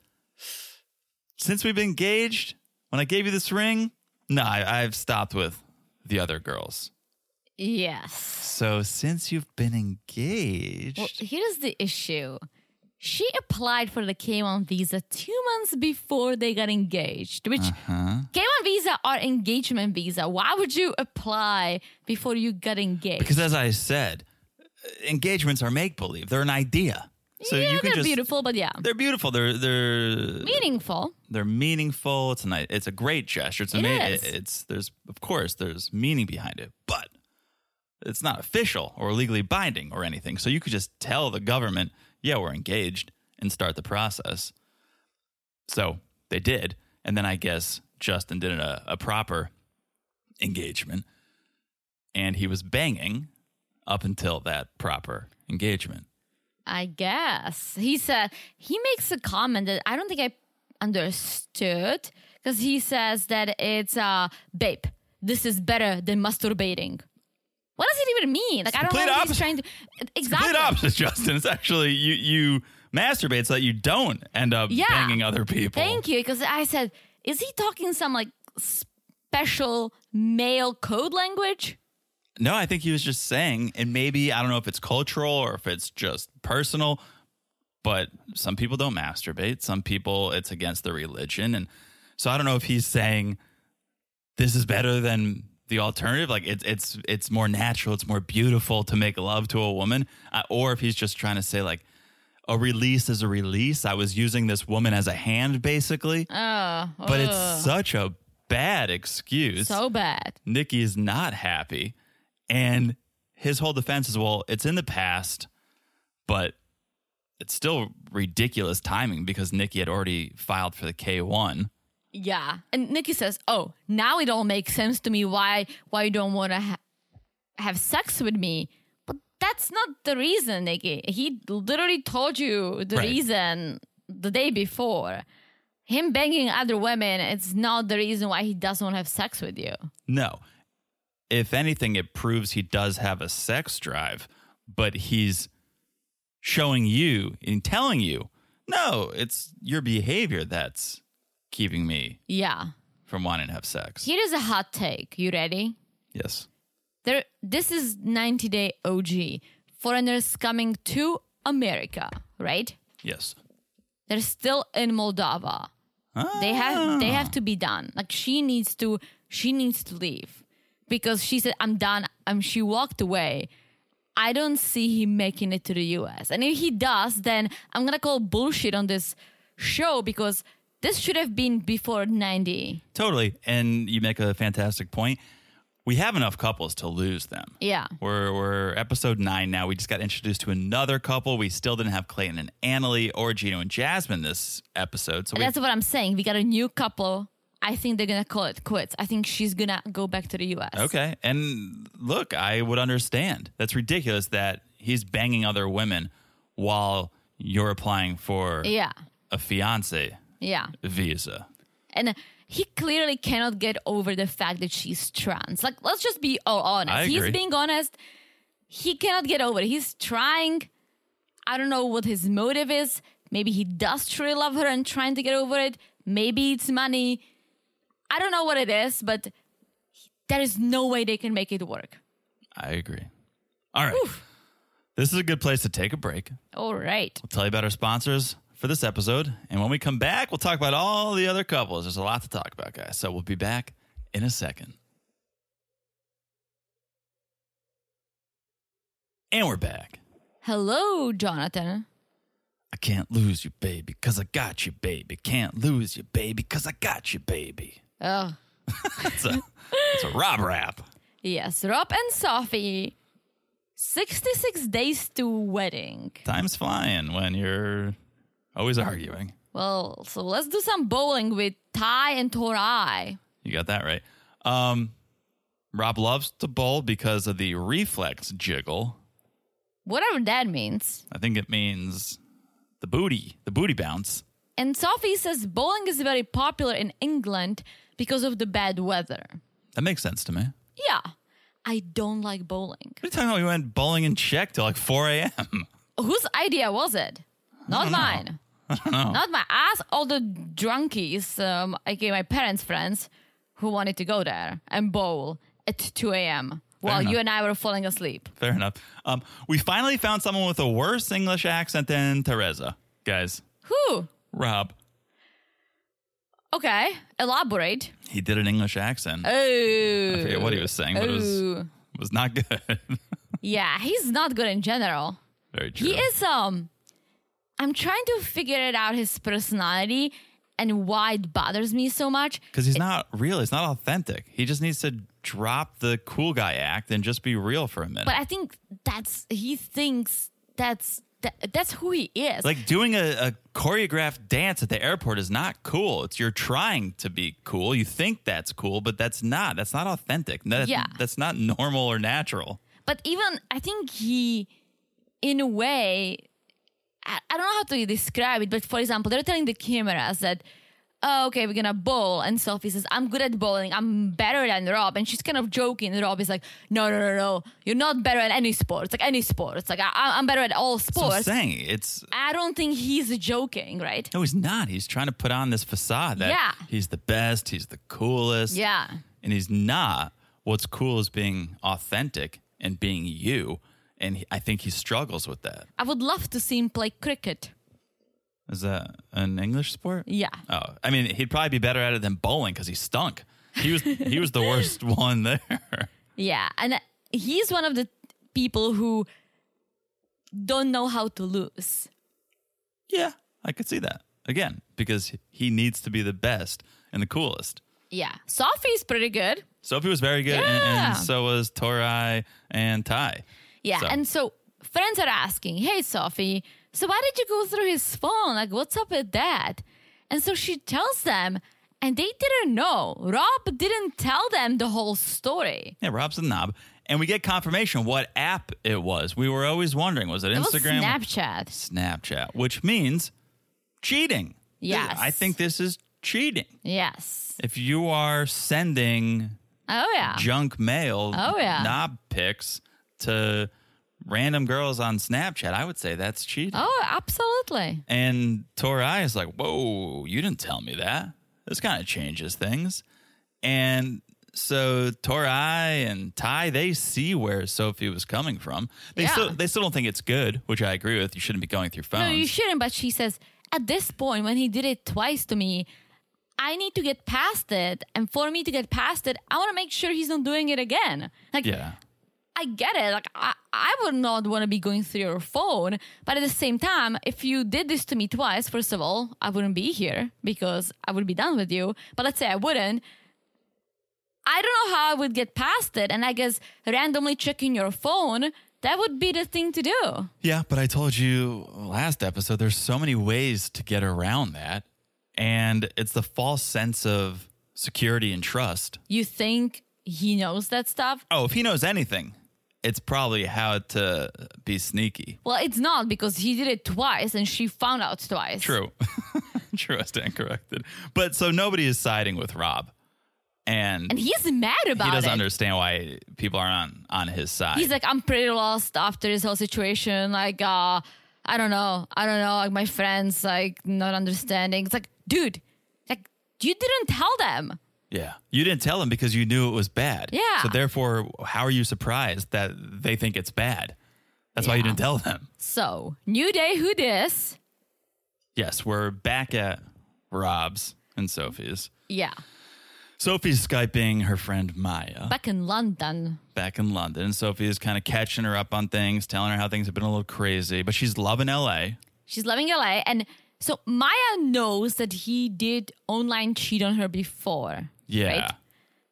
[SPEAKER 1] since we've been engaged, when I gave you this ring, no, I, I've stopped with the other girls.
[SPEAKER 2] Yes.
[SPEAKER 1] So since you've been engaged,
[SPEAKER 2] Well, here's the issue. She applied for the K1 visa two months before they got engaged, which
[SPEAKER 1] Uh-huh.
[SPEAKER 2] K1 visa or engagement visa. Why would you apply before you got engaged?
[SPEAKER 1] because as I said, engagements are make believe. They're an idea. So
[SPEAKER 2] yeah,
[SPEAKER 1] you can
[SPEAKER 2] they're
[SPEAKER 1] just
[SPEAKER 2] beautiful, but yeah.
[SPEAKER 1] they're beautiful. They're they're
[SPEAKER 2] Meaningful.
[SPEAKER 1] they're meaningful. It's a nice, it's a great gesture. It's
[SPEAKER 2] It
[SPEAKER 1] ama-
[SPEAKER 2] is.
[SPEAKER 1] it's there's of course there's meaning behind it, but it's not official or legally binding or anything. So you could just tell the government, yeah, we're engaged and start the process. So they did, and then I guess Justin did a, a proper engagement, and he was banging up until that proper engagement.
[SPEAKER 2] I guess. He said he makes a comment that I don't think I understood because he says that it's uh babe, this is better than masturbating. What does it even mean? Like I don't know
[SPEAKER 1] complete
[SPEAKER 2] what he's
[SPEAKER 1] opposite.
[SPEAKER 2] trying to exactly.
[SPEAKER 1] complete opposite, Justin. It's actually you you masturbate so that you don't end up
[SPEAKER 2] Yeah.
[SPEAKER 1] banging other people.
[SPEAKER 2] Thank you because I said is he talking some like special male code language?
[SPEAKER 1] no, I think he was just saying, and maybe I don't know if it's cultural or if it's just personal, but some people don't masturbate. Some people it's against their religion, and so I don't know if he's saying this is better than the alternative. Like it's it's it's more natural, it's more beautiful to make love to a woman, uh, or if he's just trying to say like. A release is a release. I was using this woman as a hand, basically.
[SPEAKER 2] Oh,
[SPEAKER 1] but it's such a bad excuse.
[SPEAKER 2] so bad.
[SPEAKER 1] Nikki is not happy, and his whole defense is, "Well, it's in the past, but it's still ridiculous timing because Nikki had already filed for the K one."
[SPEAKER 2] Yeah, and Nikki says, "Oh, now it all makes sense to me why why you don't want to ha- have sex with me." But that's not the reason, Nikki. He literally told you the
[SPEAKER 1] Right.
[SPEAKER 2] reason the day before. Him banging other women, it's not the reason why he doesn't want to have sex with you.
[SPEAKER 1] No, if anything, it proves he does have a sex drive, but he's showing you and telling you, "No, it's your behavior that's keeping me
[SPEAKER 2] Yeah.
[SPEAKER 1] from wanting to have sex."
[SPEAKER 2] Here is a hot take. You ready?
[SPEAKER 1] Yes.
[SPEAKER 2] There this is 90 day OG. Foreigners coming to America, right?
[SPEAKER 1] Yes.
[SPEAKER 2] They're still in Moldova. They have they have to be done. Like she needs to she needs to leave because she said I'm done. Um, she walked away. I don't see him making it to the U.S. And if he does, then I'm gonna call bullshit on this show because this should have been before ninety.
[SPEAKER 1] Totally. And you make a fantastic point. we have enough couples to lose them.
[SPEAKER 2] Yeah.
[SPEAKER 1] We're we're episode nine now. We just got introduced to another couple. We still didn't have Clayton and Annalie or Gino and Jasmine this episode. So we,
[SPEAKER 2] That's what I'm saying. We got a new couple. I think they're gonna call it quits. I think she's gonna go back to the US.
[SPEAKER 1] okay. And look, I would understand. That's ridiculous that he's banging other women while you're applying for
[SPEAKER 2] Yeah.
[SPEAKER 1] a fiance
[SPEAKER 2] Yeah.
[SPEAKER 1] visa.
[SPEAKER 2] And he clearly cannot get over the fact that she's trans. Like, let's just be all honest.
[SPEAKER 1] I
[SPEAKER 2] He's
[SPEAKER 1] agree.
[SPEAKER 2] being honest. He cannot get over it. He's trying. I don't know what his motive is. Maybe he does truly love her and trying to get over it. Maybe it's money. I don't know what it is, but there is no way they can make it work.
[SPEAKER 1] I agree. All right. This is a good place to take a break.
[SPEAKER 2] All right.
[SPEAKER 1] We'll tell you about our sponsors for this episode. And when we come back, we'll talk about all the other couples. There's a lot to talk about, guys. So we'll be back in a second. And we're back.
[SPEAKER 2] Hello, Jonathan.
[SPEAKER 1] I can't lose you, baby, because I got you, baby. Can't lose you, baby, because I got you, baby.
[SPEAKER 2] Oh,
[SPEAKER 1] It's a, it's a Rob rap.
[SPEAKER 2] yes. Rob and Sophie. 66 days to wedding.
[SPEAKER 1] Time's flying when you're always arguing.
[SPEAKER 2] Well, so let's do some bowling with Ty and Torai.
[SPEAKER 1] You got that right. Um, Rob loves to bowl because of the reflex jiggle.
[SPEAKER 2] Whatever that means.
[SPEAKER 1] I think it means the booty, the booty bounce.
[SPEAKER 2] And Sophie says bowling is very popular in England because of the bad weather.
[SPEAKER 1] That makes sense to me. What
[SPEAKER 2] Yeah, I don't like bowling.
[SPEAKER 1] are you talking about? We went bowling in Czech till like 4 a.m.
[SPEAKER 2] Whose idea was it? Not mine. Not my ass. All the drunkies, um, aka my parents' friends, who wanted to go there and bowl at 2 a.m. while
[SPEAKER 1] enough.
[SPEAKER 2] you and I were falling asleep.
[SPEAKER 1] Fair enough. Um, we finally found someone with a worse English accent than Teresa. Guys,
[SPEAKER 2] Who?
[SPEAKER 1] Rob,
[SPEAKER 2] Okay, elaborate.
[SPEAKER 1] he did an English accent. I
[SPEAKER 2] Oh.
[SPEAKER 1] forget what he was saying, but it was,
[SPEAKER 2] Oh.
[SPEAKER 1] was not good.
[SPEAKER 2] Yeah, he's not good in general.
[SPEAKER 1] Very true.
[SPEAKER 2] He is um I'm trying to figure it out his personality and why it bothers me so much.
[SPEAKER 1] Because he's not real. He's not authentic. He just needs to drop the cool guy act and just be real for a minute.
[SPEAKER 2] But I think that's he thinks that's that, that's who he is.
[SPEAKER 1] like doing a, a choreographed dance at the airport is not cool. It's you're trying to be cool. You think that's cool, but that's not. That's not authentic. No, That,
[SPEAKER 2] Yeah.
[SPEAKER 1] That's not normal or natural.
[SPEAKER 2] but even I think he in a way I, I don't know how to describe it, but for example, they're telling the cameras that oh, okay, we're gonna bowl. And Sophie says, I'm good at bowling. I'm better than Rob. And she's kind of joking. And Rob is like, no, no, no, no. You're not better at any sports. Like any sports. Like I, I'm better at all
[SPEAKER 1] So I'm
[SPEAKER 2] sports.
[SPEAKER 1] saying it's
[SPEAKER 2] I don't think he's joking, right?
[SPEAKER 1] no, he's not. He's trying to put on this facade that
[SPEAKER 2] Yeah.
[SPEAKER 1] he's the best, he's the coolest.
[SPEAKER 2] Yeah.
[SPEAKER 1] and he's not. What's cool is being authentic and being you. And he, I think he struggles with that.
[SPEAKER 2] I would love to see him play cricket.
[SPEAKER 1] Is that an English sport?
[SPEAKER 2] Yeah.
[SPEAKER 1] Oh, I mean, he'd probably be better at it than bowling because he stunk. He was he was the worst one there.
[SPEAKER 2] Yeah. And he's one of the people who don't know how to lose.
[SPEAKER 1] Yeah, I could see that again because he needs to be the best and the coolest.
[SPEAKER 2] Yeah. Sophie's pretty good.
[SPEAKER 1] Sophie was very good,
[SPEAKER 2] Yeah.
[SPEAKER 1] and, and so was Torai and Ty.
[SPEAKER 2] Yeah.
[SPEAKER 1] So-
[SPEAKER 2] And so friends are asking, Hey, Sophie, so why did you go through his phone? Like, what's up with that? And so she tells them, and they didn't know. Rob didn't tell them the whole story.
[SPEAKER 1] Yeah, Rob's the knob, and we get confirmation what app it was. We were always wondering was it
[SPEAKER 2] It was
[SPEAKER 1] Instagram,
[SPEAKER 2] Snapchat.
[SPEAKER 1] Snapchat, which means cheating.
[SPEAKER 2] Yes.
[SPEAKER 1] I think this is cheating.
[SPEAKER 2] Yes.
[SPEAKER 1] If you are sending
[SPEAKER 2] Oh, yeah.
[SPEAKER 1] junk mail,
[SPEAKER 2] Oh, yeah.
[SPEAKER 1] knob pics to random girls on Snapchat, I would say that's cheating.
[SPEAKER 2] Oh, absolutely.
[SPEAKER 1] And Torai is like, "Whoa, you didn't tell me that. This kind of changes things." And so Torai and Ty, they see where Sophie was coming from. They
[SPEAKER 2] Yeah.
[SPEAKER 1] still they still don't think it's good, which I agree with. You shouldn't be going through
[SPEAKER 2] No,
[SPEAKER 1] phones.
[SPEAKER 2] you shouldn't. But she says, at this point, when he did it twice to me, I need to get past it. And for me to get past it, I want to make sure he's not doing it again. Like,
[SPEAKER 1] yeah.
[SPEAKER 2] I get it. Like I, I would not want to be going through your phone, but at the same time, if you did this to me twice, first of all, I wouldn't be here because I would be done with you. But let's say I wouldn't. I don't know how I would get past it. And I guess randomly checking your phone, that would be the thing to do.
[SPEAKER 1] Yeah, but I told you last episode there's so many ways to get around that. And it's the false sense of security and trust.
[SPEAKER 2] You think he knows that stuff?
[SPEAKER 1] Oh, if he knows anything, it's probably how to be sneaky.
[SPEAKER 2] Well, it's not because he did it twice and she found out twice.
[SPEAKER 1] True. True, I stand corrected. But so nobody is siding with Rob. And,
[SPEAKER 2] And he's mad about
[SPEAKER 1] he doesn't
[SPEAKER 2] it.
[SPEAKER 1] understand why people aren't on, on his side.
[SPEAKER 2] he's like, I'm pretty lost after this whole situation. Like, uh, I don't know. I don't know. Like my friends, like not understanding. It's like, dude, like you didn't tell them.
[SPEAKER 1] yeah. You didn't tell him because you knew it was bad.
[SPEAKER 2] Yeah.
[SPEAKER 1] So therefore, how are you surprised that they think it's bad? That's why you
[SPEAKER 2] Yeah.
[SPEAKER 1] didn't tell them.
[SPEAKER 2] So new day, who dis?
[SPEAKER 1] Yes, we're back at Rob's and Sophie's.
[SPEAKER 2] Yeah,
[SPEAKER 1] Sophie's Skyping her friend Maya
[SPEAKER 2] back in London.
[SPEAKER 1] back in London. And Sophie is kind of catching her up on things, telling her how things have been a little crazy, but she's loving LA.
[SPEAKER 2] She's loving LA, and so Maya knows that he did online cheat on her before.
[SPEAKER 1] Yeah.
[SPEAKER 2] Right?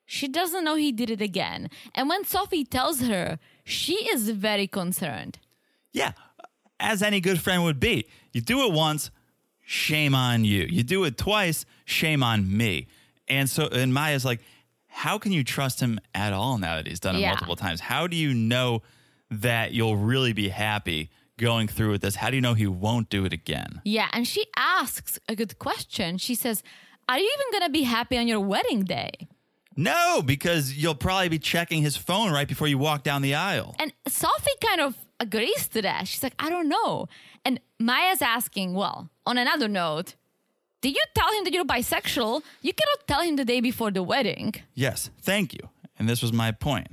[SPEAKER 2] She doesn't know he did it again. And when Sophie tells her, she is very concerned.
[SPEAKER 1] Yeah. As any good friend would be. You do it once, shame on you. You do it twice, shame on me. And so and Maya's like, how can you trust him at all now that he's done it
[SPEAKER 2] Yeah.
[SPEAKER 1] multiple times? How do you know that you'll really be happy going through with this? How do you know he won't do it again?
[SPEAKER 2] Yeah, and she asks a good question. She says, Are you even gonna be happy on your wedding day?
[SPEAKER 1] No, because you'll probably be checking his phone right before you walk down the aisle.
[SPEAKER 2] And Sophie kind of agrees to that. She's like, I don't know. And Maya's asking, Well, on another note, did you tell him that you're bisexual? You cannot tell him the day before the wedding.
[SPEAKER 1] Yes, thank you. And this was my point,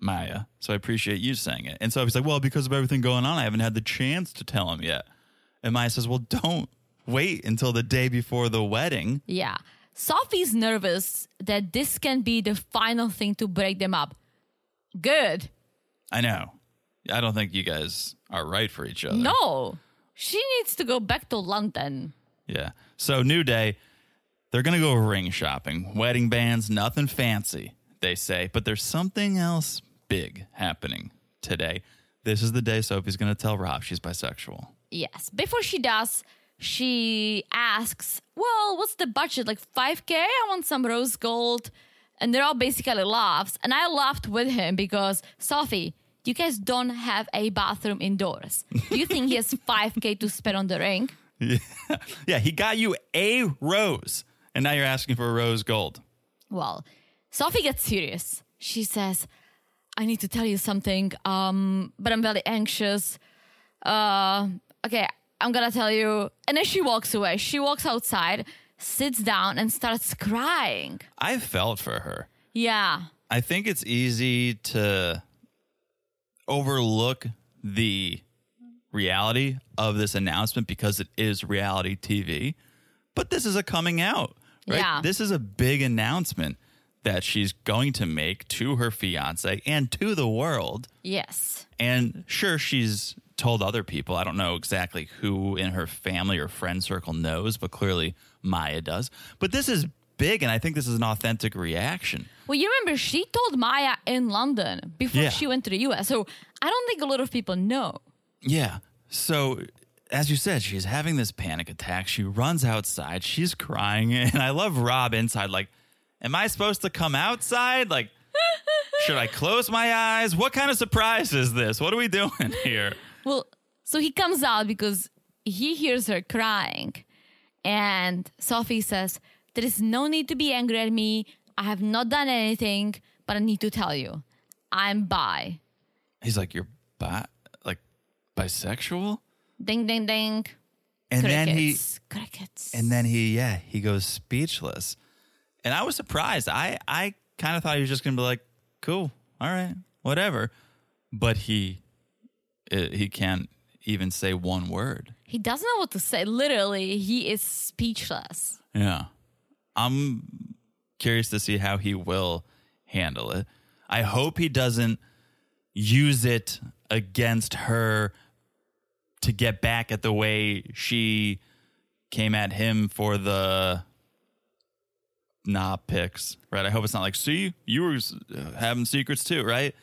[SPEAKER 1] Maya. So I appreciate you saying it. And so I was like, well, because of everything going on, I haven't had the chance to tell him yet. And Maya says, well, don't wait until the day before the wedding.
[SPEAKER 2] Yeah. Sophie's nervous that this can be the final thing to break them up. Good.
[SPEAKER 1] I know. I don't think you guys are right for each other.
[SPEAKER 2] No. She needs to go back to London.
[SPEAKER 1] Yeah. So New Day, they're going to go ring shopping, wedding bands, nothing fancy, they say. But there's something else big happening today. This is the day Sophie's going to tell Rob she's bisexual.
[SPEAKER 2] Yes. Before she does, she asks, Well, what's the budget? Like 5K? I want some rose gold. And they're all basically laughs. And I laughed with him because, Sophie, you guys don't have a bathroom indoors. Do you think he has 5K to spend on the ring?
[SPEAKER 1] Yeah, he got you a rose, and now you're asking for a rose gold.
[SPEAKER 2] Well, Sophie gets serious. She says, I need to tell you something, um, but I'm very anxious. Uh, okay, I'm gonna tell you. And then she walks away. She walks outside, sits down, and starts crying.
[SPEAKER 1] I felt for her.
[SPEAKER 2] Yeah.
[SPEAKER 1] I think it's easy to overlook the reality of this announcement because it is reality TV. But this is a coming out, right?
[SPEAKER 2] Yeah.
[SPEAKER 1] This is a big announcement that she's going to make to her fiance and to the world.
[SPEAKER 2] Yes.
[SPEAKER 1] And sure, she's told other people. I don't know exactly who in her family or friend circle knows, but clearly Maya does. But this is big, and I think this is an authentic reaction.
[SPEAKER 2] Well, you remember she told Maya in London before
[SPEAKER 1] Yeah.
[SPEAKER 2] she went to the US. So I don't think a lot of people know.
[SPEAKER 1] Yeah. So, as you said, she's having this panic attack. She runs outside. She's crying. And I love Rob inside, like, am I supposed to come outside? Like, should I close my eyes? What kind of surprise is this? What are we doing here?
[SPEAKER 2] Well, so he comes out because he hears her crying. And Sophie says, There is no need to be angry at me. I have not done anything, but I need to tell you I'm bi.
[SPEAKER 1] He's like, you're bi- like bisexual?
[SPEAKER 2] Ding, ding, ding.
[SPEAKER 1] And
[SPEAKER 2] Crickets.
[SPEAKER 1] then he
[SPEAKER 2] crickets.
[SPEAKER 1] And then he, yeah, he goes speechless. And I was surprised. I, I kind of thought he was just going to be like, cool, all right, whatever. But he, eh, he can't even say one word.
[SPEAKER 2] he doesn't know what to say. Literally, he is speechless.
[SPEAKER 1] Yeah. I'm curious to see how he will handle it. I hope he doesn't use it against her to get back at the way she came at him for the nah picks, right? I hope it's not like, see, you were s- having secrets too, right?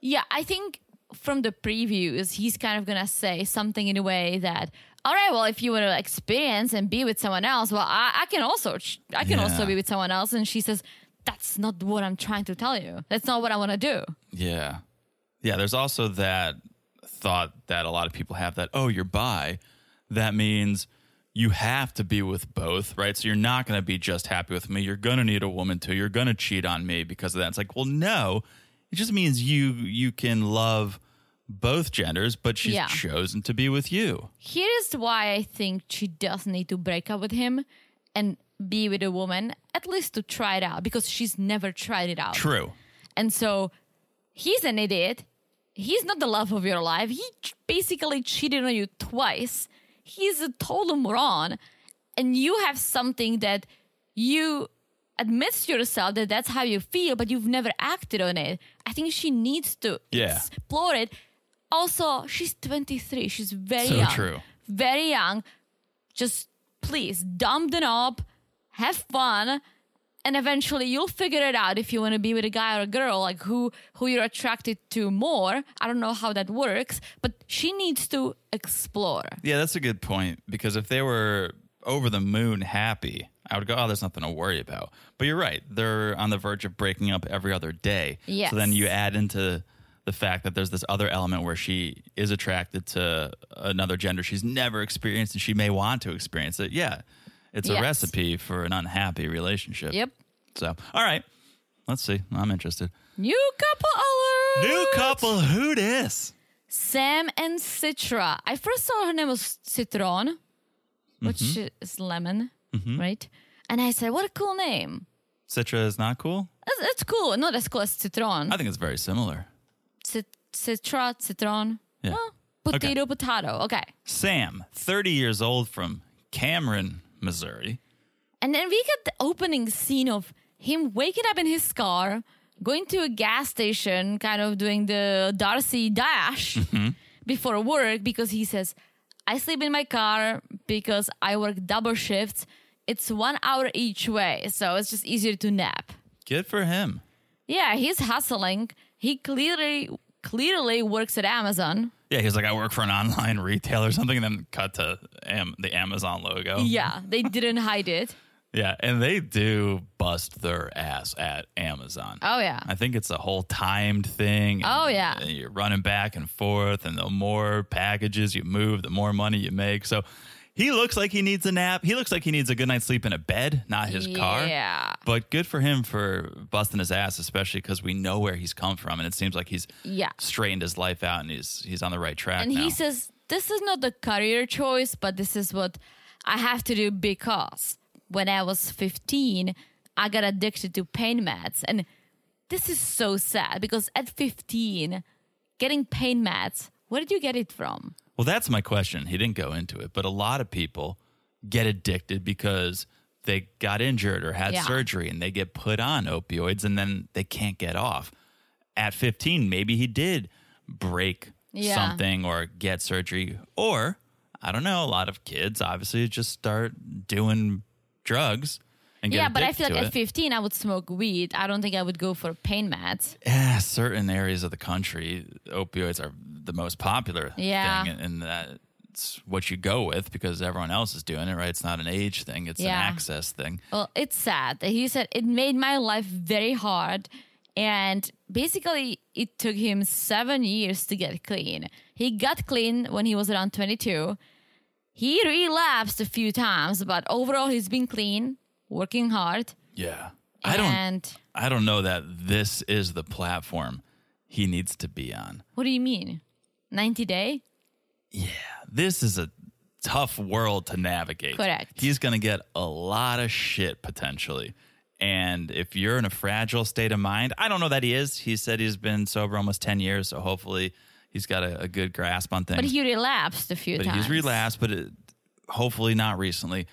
[SPEAKER 2] Yeah, I think from the previews, he's kind of gonna say something in a way that, all right, well, if you want to experience and be with someone else, well, I, I can also, I can also
[SPEAKER 1] Yeah.
[SPEAKER 2] be with someone else. And she says, that's not what I'm trying to tell you. That's not what I want to do.
[SPEAKER 1] Yeah. Yeah, there's also that thought that a lot of people have that, oh, you're bi. That means you have to be with both, right? So you're not going to be just happy with me. You're going to need a woman too. You're going to cheat on me because of that. It's like, well, no. It just means you you can love both genders, but she's
[SPEAKER 2] Yeah.
[SPEAKER 1] chosen to be with you.
[SPEAKER 2] Here is why I think she does need to break up with him and be with a woman, at least to try it out, because she's never tried it out.
[SPEAKER 1] True.
[SPEAKER 2] And so he's an idiot. He's not the love of your life. He ch- basically cheated on you twice. He's a total moron. And you have something that you admit to yourself that that's how you feel, but you've never acted on it. I think she needs to
[SPEAKER 1] Yeah.
[SPEAKER 2] explore it. Also, she's 23. She's very
[SPEAKER 1] So
[SPEAKER 2] young.
[SPEAKER 1] true.
[SPEAKER 2] Very young. Just please dump the knob, have fun, and eventually you'll figure it out if you want to be with a guy or a girl like who who you're attracted to more i don't know how that works but she needs to explore
[SPEAKER 1] Yeah, that's a good point because if they were over the moon happy, I would go, oh, there's nothing to worry about. But you're right. They're on the verge of breaking up every other day.
[SPEAKER 2] Yes.
[SPEAKER 1] So then you add into the fact that there's this other element where she is attracted to another gender she's never experienced and she may want to experience it. Yeah. It's
[SPEAKER 2] Yes.
[SPEAKER 1] a recipe for an unhappy relationship.
[SPEAKER 2] yep
[SPEAKER 1] So, all right. Let's see. I'm interested.
[SPEAKER 2] new couple alert
[SPEAKER 1] New couple, who dis?
[SPEAKER 2] sam and citra i first saw her name was citron which
[SPEAKER 1] Mm-hmm.
[SPEAKER 2] is lemon right and i said what a cool name
[SPEAKER 1] Citra is not cool.
[SPEAKER 2] that's, that's cool not as cool as citron
[SPEAKER 1] I think it's very similar.
[SPEAKER 2] Cit- citra citron
[SPEAKER 1] Yeah.
[SPEAKER 2] Well, potato potato okay
[SPEAKER 1] Sam, 30 years old from Cameron, Missouri.
[SPEAKER 2] And then we get the opening scene of him waking up in his car, going to a gas station, kind of doing the Darcy dash
[SPEAKER 1] Mm-hmm.
[SPEAKER 2] before work because he says, I sleep in my car because I work double shifts. It's one hour each way, so it's just easier to nap.
[SPEAKER 1] Good for him.
[SPEAKER 2] Yeah, he's hustling. He clearly clearly works at Amazon.
[SPEAKER 1] Yeah, he's like, I work for an online retailer or something, and then cut to Am- the Amazon logo.
[SPEAKER 2] Yeah, they didn't hide it.
[SPEAKER 1] Yeah, and they do bust their ass at Amazon.
[SPEAKER 2] Oh yeah.
[SPEAKER 1] I think it's a whole timed thing. and-
[SPEAKER 2] Oh, yeah.
[SPEAKER 1] and you're running back and forth, and the more packages you move, the more money you make. So he looks like he needs a nap. He looks like he needs a good night's sleep in a bed, not his car.
[SPEAKER 2] Yeah.
[SPEAKER 1] But good for him for busting his ass, especially because we know where he's come from, and it seems like he's
[SPEAKER 2] Yeah.
[SPEAKER 1] straightened his life out and he's he's on the right track
[SPEAKER 2] and
[SPEAKER 1] now.
[SPEAKER 2] he says this is not the career choice but this is what i have to do because when i was 15 i got addicted to pain meds and this is so sad because at 15 getting pain meds where did you get it from
[SPEAKER 1] well, that's my question. He didn't go into it, but a lot of people get addicted because they got injured or had
[SPEAKER 2] Yeah.
[SPEAKER 1] surgery and they get put on opioids and then they can't get off. At 15, maybe he did break
[SPEAKER 2] Yeah.
[SPEAKER 1] something or get surgery or I don't know, a lot of kids obviously just start doing drugs and get
[SPEAKER 2] yeah but i
[SPEAKER 1] addicted
[SPEAKER 2] feel like
[SPEAKER 1] to
[SPEAKER 2] at
[SPEAKER 1] it.
[SPEAKER 2] 15 i would smoke weed i don't think i would go for pain meds
[SPEAKER 1] yeah, certain areas of the country, opioids are the most popular
[SPEAKER 2] Yeah.
[SPEAKER 1] thing, and that's what you go with because everyone else is doing it, right? It's not an age thing; it's
[SPEAKER 2] Yeah.
[SPEAKER 1] an access thing.
[SPEAKER 2] Well, it's sad. He said it made my life very hard. And basically, it took him seven years to get clean. He got clean when he was around 22. He relapsed a few times, but overall, he's been clean, working hard.
[SPEAKER 1] Yeah, I don't,
[SPEAKER 2] and
[SPEAKER 1] I don't know that this is the platform he needs to be on.
[SPEAKER 2] what do you mean? 90 day?
[SPEAKER 1] This is a tough world to navigate.
[SPEAKER 2] Correct.
[SPEAKER 1] He's going to get a lot of shit potentially. And if you're in a fragile state of mind, I don't know that he is. He said he's been sober almost 10 years. So hopefully he's got a, a good grasp on things.
[SPEAKER 2] But he relapsed a few
[SPEAKER 1] But
[SPEAKER 2] times.
[SPEAKER 1] he's relapsed, but it, hopefully not recently.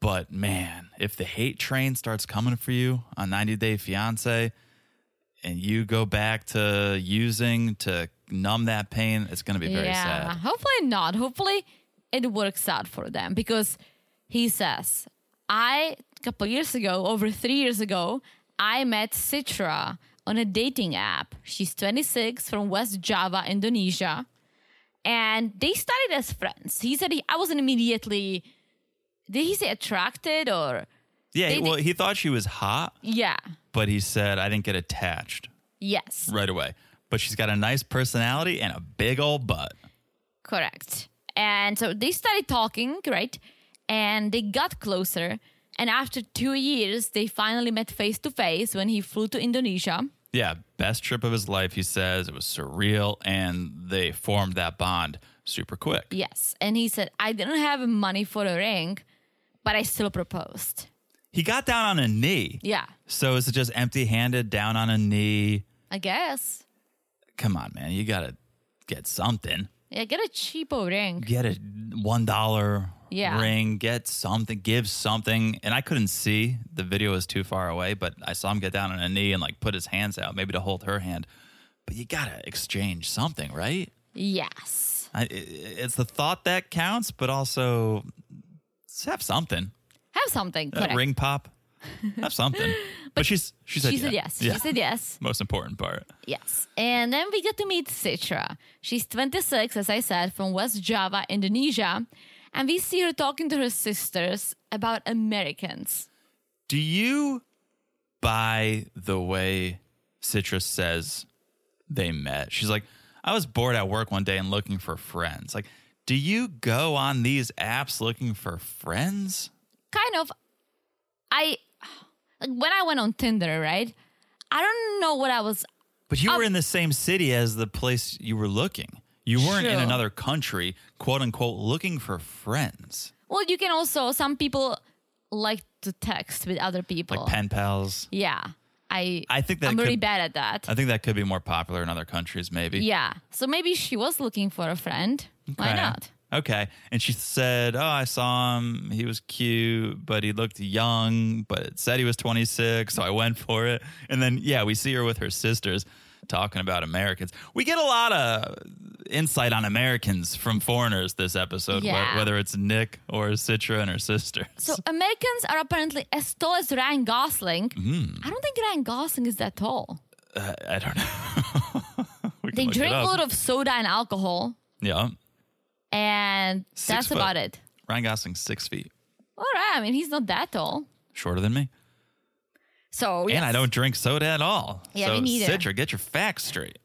[SPEAKER 1] But man, if the hate train starts coming for you on 90 Day Fiance and you go back to using to numb that pain, it's going to be very sad.
[SPEAKER 2] Hopefully not. Hopefully it works out for them because he says, I a couple years ago, over three years ago, I met Citra on a dating app. She's 26 from West Java, Indonesia, and they started as friends. He said he, I wasn't immediately. Did he say attracted or?
[SPEAKER 1] Yeah,
[SPEAKER 2] They-
[SPEAKER 1] well, he thought she was hot,
[SPEAKER 2] Yeah.
[SPEAKER 1] but he said, I didn't get attached
[SPEAKER 2] Yes.
[SPEAKER 1] right away. But she's got a nice personality and a big old butt.
[SPEAKER 2] Correct. And so they started talking, right? And they got closer. And after two years, they finally met face to face when he flew to Indonesia.
[SPEAKER 1] Yeah, best trip of his life, he says. It was surreal, and they formed that bond super quick.
[SPEAKER 2] Yes. And he said, I didn't have money for a ring, but I still proposed.
[SPEAKER 1] He got down on a knee.
[SPEAKER 2] Yeah,
[SPEAKER 1] So is it just empty handed, down on a knee?
[SPEAKER 2] I guess.
[SPEAKER 1] Come on, man. You got to get something.
[SPEAKER 2] Yeah, get a cheapo ring.
[SPEAKER 1] Get a $1
[SPEAKER 2] Yeah.
[SPEAKER 1] ring, get something, give something. And I couldn't see. The video was too far away, but I saw him get down on a knee and like put his hands out, maybe to hold her hand. But you got to exchange something, right?
[SPEAKER 2] Yes.
[SPEAKER 1] I, i- it's the thought that counts, but also just have something.
[SPEAKER 2] Have something.
[SPEAKER 1] That
[SPEAKER 2] Correct.
[SPEAKER 1] ring pop, have something. but, she's she said,
[SPEAKER 2] She
[SPEAKER 1] yeah.
[SPEAKER 2] said yes.
[SPEAKER 1] Yeah.
[SPEAKER 2] She said yes.
[SPEAKER 1] Most important part.
[SPEAKER 2] Yes. And then we get to meet Citra. She's 26, as I said, from West Java, Indonesia. And we see her talking to her sisters about Americans.
[SPEAKER 1] Do you buy the way Citrus says they met? She's like, I was bored at work one day and looking for friends. Like, do you go on these apps looking for friends?
[SPEAKER 2] Kind of, I, like when I went on Tinder, right? I don't know what I was,
[SPEAKER 1] But
[SPEAKER 2] Um,
[SPEAKER 1] you were in the same city as the place you were looking. You weren't in
[SPEAKER 2] Sure.
[SPEAKER 1] another country, quote unquote, looking for friends.
[SPEAKER 2] well, you can also, some people like to text with other people.
[SPEAKER 1] Like pen pals.
[SPEAKER 2] yeah. I,
[SPEAKER 1] I think that
[SPEAKER 2] I'm really
[SPEAKER 1] could-
[SPEAKER 2] bad at that.
[SPEAKER 1] I think that could be more popular in other countries, maybe.
[SPEAKER 2] yeah. So maybe she was looking for a friend. Why
[SPEAKER 1] Okay.
[SPEAKER 2] not?
[SPEAKER 1] Okay. And she said, Oh, I saw him. He was cute, but he looked young, but it said he was 26. So I went for it. And then, yeah, we see her with her sisters talking about Americans. We get a lot of insight on Americans from foreigners this episode, wh-
[SPEAKER 2] Yeah.
[SPEAKER 1] whether it's Nick or Citra and her sisters.
[SPEAKER 2] So Americans are apparently as tall as Ryan Gosling.
[SPEAKER 1] Mm-hmm.
[SPEAKER 2] I don't think Ryan Gosling is that tall.
[SPEAKER 1] Uh, I don't know. We can
[SPEAKER 2] They
[SPEAKER 1] look it
[SPEAKER 2] drink a
[SPEAKER 1] up.
[SPEAKER 2] lot of soda and alcohol,
[SPEAKER 1] Yeah.
[SPEAKER 2] and that's
[SPEAKER 1] foot.
[SPEAKER 2] about it.
[SPEAKER 1] Ryan Gosling's six feet
[SPEAKER 2] All right, I mean he's not that tall.
[SPEAKER 1] shorter than me.
[SPEAKER 2] So
[SPEAKER 1] And I
[SPEAKER 2] yes.
[SPEAKER 1] don't drink soda at all.
[SPEAKER 2] Yeah,
[SPEAKER 1] so
[SPEAKER 2] me neither.
[SPEAKER 1] Citra, get your facts straight.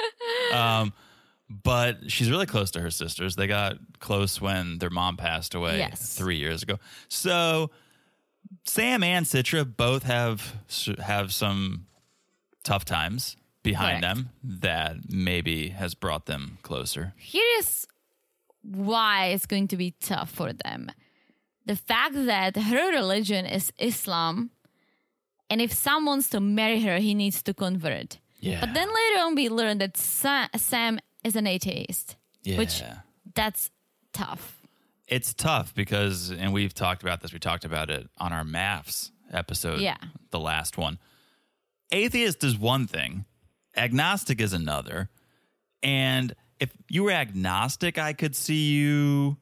[SPEAKER 1] um, but she's really close to her sisters. They got close when their mom passed away
[SPEAKER 2] Yes.
[SPEAKER 1] three years ago. So Sam and Citra both have have some tough times behind
[SPEAKER 2] Correct.
[SPEAKER 1] them that maybe has brought them closer.
[SPEAKER 2] Here is why it's going to be tough for them. The fact that her religion is Islam, and if Sam wants to marry her, he needs to convert.
[SPEAKER 1] Yeah.
[SPEAKER 2] But then later on, we learn that Sa- Sam is an atheist,
[SPEAKER 1] yeah.
[SPEAKER 2] which that's tough.
[SPEAKER 1] it's tough because and we've talked about this we talked about it on our maths episode
[SPEAKER 2] Yeah.
[SPEAKER 1] the last one atheist is one thing agnostic is another and if you were agnostic i could see you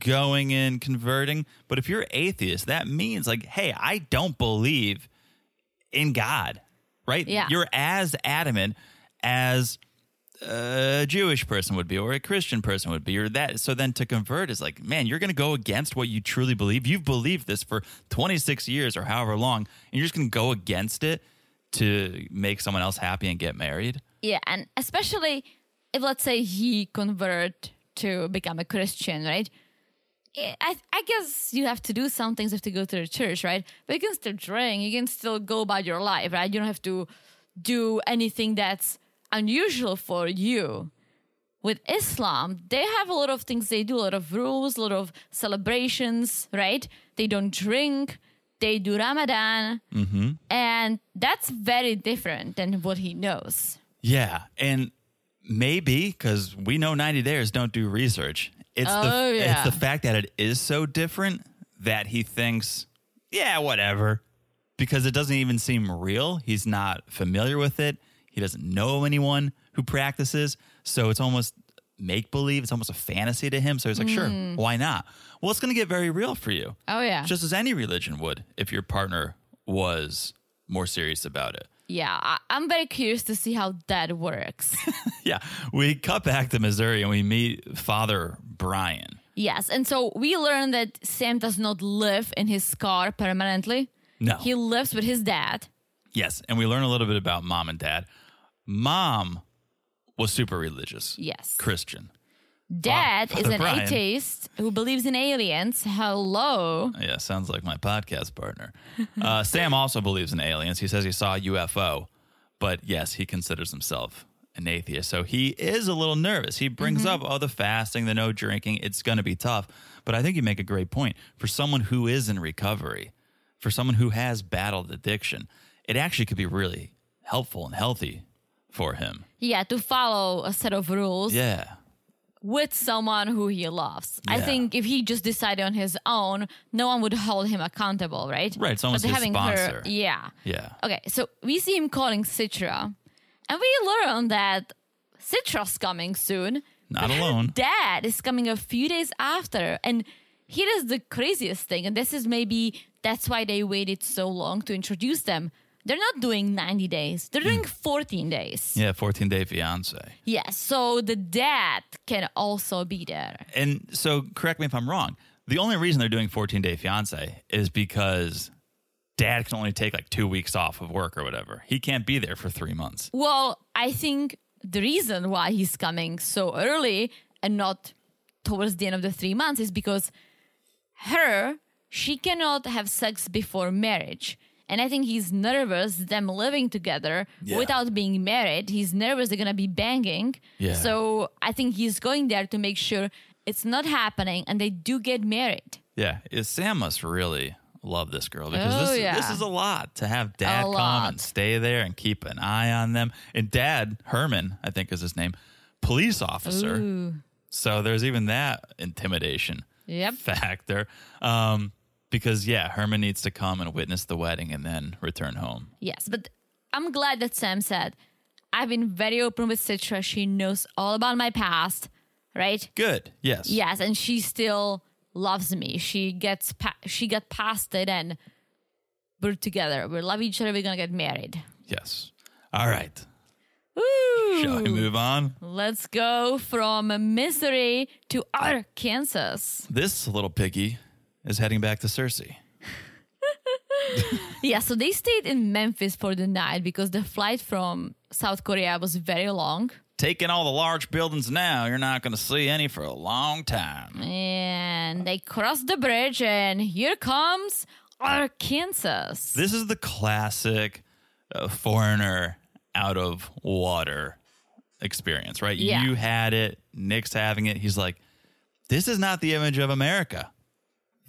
[SPEAKER 1] going and converting but if you're atheist that means like hey i don't believe in god right
[SPEAKER 2] Yeah.
[SPEAKER 1] you're as adamant as a Jewish person would be or a Christian person would be or that. So then to convert is like, man, you're going to go against what you truly believe. You've believed this for 26 years or however long, and you're just going to go against it to make someone else happy and get married.
[SPEAKER 2] Yeah, and especially if let's say he convert to become a Christian, right? I- I, I guess you have to do some things. You have to go to the church, right? But you can still drink. You can still go about your life, right? You don't have to do anything that's unusual for you. With Islam, they have a lot of things they do, a lot of rules, a lot of celebrations, right? They don't drink. They do Ramadan. And that's very different than what he knows.
[SPEAKER 1] Yeah. And maybe because we know 90 Days don't do research. It's,
[SPEAKER 2] Oh,
[SPEAKER 1] the,
[SPEAKER 2] yeah.
[SPEAKER 1] it's the fact that it is so different that he thinks, yeah, whatever, because it doesn't even seem real. He's not familiar with it. He doesn't know anyone who practices. So it's almost make believe. It's almost a fantasy to him. So he's like, sure, why not? Well, it's going to get very real for you.
[SPEAKER 2] Oh Mm. yeah.
[SPEAKER 1] Just as any religion would if your partner was more serious about it.
[SPEAKER 2] yeah. I- I'm very curious to see how that works.
[SPEAKER 1] Yeah. We cut back to Missouri and we meet Father Brian.
[SPEAKER 2] yes. And so we learn that Sam does not live in his car permanently.
[SPEAKER 1] No.
[SPEAKER 2] He lives with his dad.
[SPEAKER 1] yes. And we learn a little bit about mom and dad. Mom was super religious,
[SPEAKER 2] Yes.
[SPEAKER 1] Christian.
[SPEAKER 2] Dad
[SPEAKER 1] Father
[SPEAKER 2] is an
[SPEAKER 1] Brian.
[SPEAKER 2] atheist who believes in aliens. Hello.
[SPEAKER 1] Yeah, sounds like my podcast partner. Uh, Sam also believes in aliens. He says he saw a UFO, but yes, he considers himself an atheist. So he is a little nervous. He brings up, oh, the fasting, the no drinking, it's going to be tough. But I think you make a great point. For someone who is in recovery, for someone who has battled addiction, it actually could be really helpful and healthy for him.
[SPEAKER 2] Yeah, to follow a set of rules
[SPEAKER 1] Yeah.
[SPEAKER 2] with someone who he loves. I
[SPEAKER 1] Yeah.
[SPEAKER 2] think if he just decided on his own, no one would hold him accountable, right?
[SPEAKER 1] Right, someone's
[SPEAKER 2] But
[SPEAKER 1] his
[SPEAKER 2] having
[SPEAKER 1] sponsor.
[SPEAKER 2] Her, yeah.
[SPEAKER 1] Yeah.
[SPEAKER 2] Okay, so we see him calling Citra, and we learn that Citra's coming soon.
[SPEAKER 1] Not
[SPEAKER 2] But her
[SPEAKER 1] alone.
[SPEAKER 2] Dad is coming a few days after, and here is the craziest thing, and this is maybe that's why they waited so long to introduce them. They're not doing 90 days. They're doing 14 days.
[SPEAKER 1] Mm. Yeah. 14 day fiance.
[SPEAKER 2] Yes, so the dad can also be there.
[SPEAKER 1] And so, correct me if I'm wrong. The only reason they're doing 14 Day Fiance is because dad can only take like two weeks off of work or whatever. He can't be there for three months.
[SPEAKER 2] Well, I think the reason why he's coming so early and not towards the end of the three months is because her, she cannot have sex before marriage. And I think he's nervous them living together
[SPEAKER 1] Yeah.
[SPEAKER 2] without being married. He's nervous they're gonna be banging.
[SPEAKER 1] Yeah.
[SPEAKER 2] So I think he's going there to make sure it's not happening and they do get married.
[SPEAKER 1] Yeah. is- Sam must really love this girl because
[SPEAKER 2] Oh,
[SPEAKER 1] this,
[SPEAKER 2] yeah.
[SPEAKER 1] this is a lot to have dad come
[SPEAKER 2] lot.
[SPEAKER 1] and stay there and keep an eye on them. And dad, Herman, I think is his name, police officer. So, there's even that intimidation
[SPEAKER 2] Yep.
[SPEAKER 1] factor. Um, because, yeah, Herman needs to come and witness the wedding and then return home.
[SPEAKER 2] Yes, but I'm glad that Sam said, I've been very open with Citra. She knows all about my past, right?
[SPEAKER 1] Good. Yes.
[SPEAKER 2] Yes, and she still loves me. She gets pa- she got past it and we're together. We love each other. We're going to get married.
[SPEAKER 1] Yes. All right.
[SPEAKER 2] Woo!
[SPEAKER 1] Shall we move on?
[SPEAKER 2] Let's go from misery to Arkansas.
[SPEAKER 1] This little piggy is heading back to Cersei.
[SPEAKER 2] Yeah, so they stayed in Memphis for the night because the flight from South Korea was very long.
[SPEAKER 1] Taking all the large buildings now, you're not going to see any for a long time.
[SPEAKER 2] And they cross the bridge, and here comes Arkansas.
[SPEAKER 1] This is the classic uh, foreigner out of water experience, right?
[SPEAKER 2] Yeah.
[SPEAKER 1] You had it, Nick's having it. He's like, this is not the image of America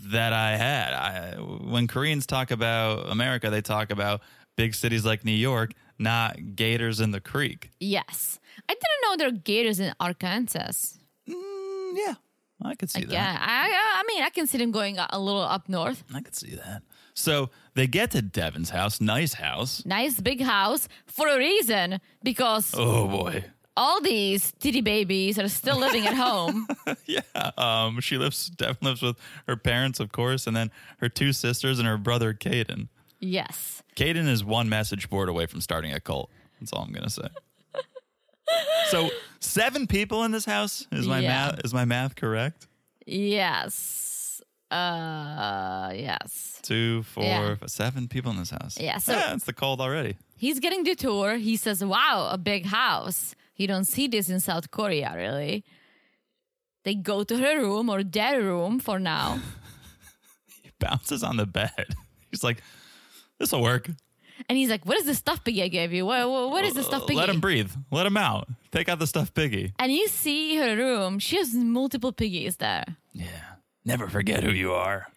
[SPEAKER 1] that I had. I, when Koreans talk about America, they talk about big cities like New York, not gators in the creek.
[SPEAKER 2] Yes. I didn't know there are gators in Arkansas.
[SPEAKER 1] Mm, yeah, I could see that.
[SPEAKER 2] Yeah, I, I- I mean, I can see them going a a little up north.
[SPEAKER 1] I could see that. So they get to Devin's house, nice house.
[SPEAKER 2] Nice big house for a reason because
[SPEAKER 1] Oh boy.
[SPEAKER 2] all these titty babies are still living at home.
[SPEAKER 1] Yeah. Um, she lives Devin lives with her parents, of course, and then her two sisters and her brother Caden.
[SPEAKER 2] Yes.
[SPEAKER 1] Caden is one message board away from starting a cult. That's all I'm gonna say. so seven people in this house? Is my
[SPEAKER 2] Yeah.
[SPEAKER 1] math is my math correct?
[SPEAKER 2] Yes. Uh, yes.
[SPEAKER 1] Two, four,
[SPEAKER 2] Yeah.
[SPEAKER 1] f- seven people in this house.
[SPEAKER 2] Yeah, so-
[SPEAKER 1] yeah, it's the cult already.
[SPEAKER 2] He's getting the tour. He says, Wow, a big house. You don't see this in South Korea, really. They go to her room or their room for now.
[SPEAKER 1] He bounces on the bed. He's like, This'll work.
[SPEAKER 2] And he's like, What is this stuff piggy I gave you? What, what, what is this stuff
[SPEAKER 1] Uh,
[SPEAKER 2] piggy?
[SPEAKER 1] Let him breathe. Let him out. Take out the stuffed piggy.
[SPEAKER 2] and you see her room. She has multiple piggies there.
[SPEAKER 1] Yeah. Never forget who you are.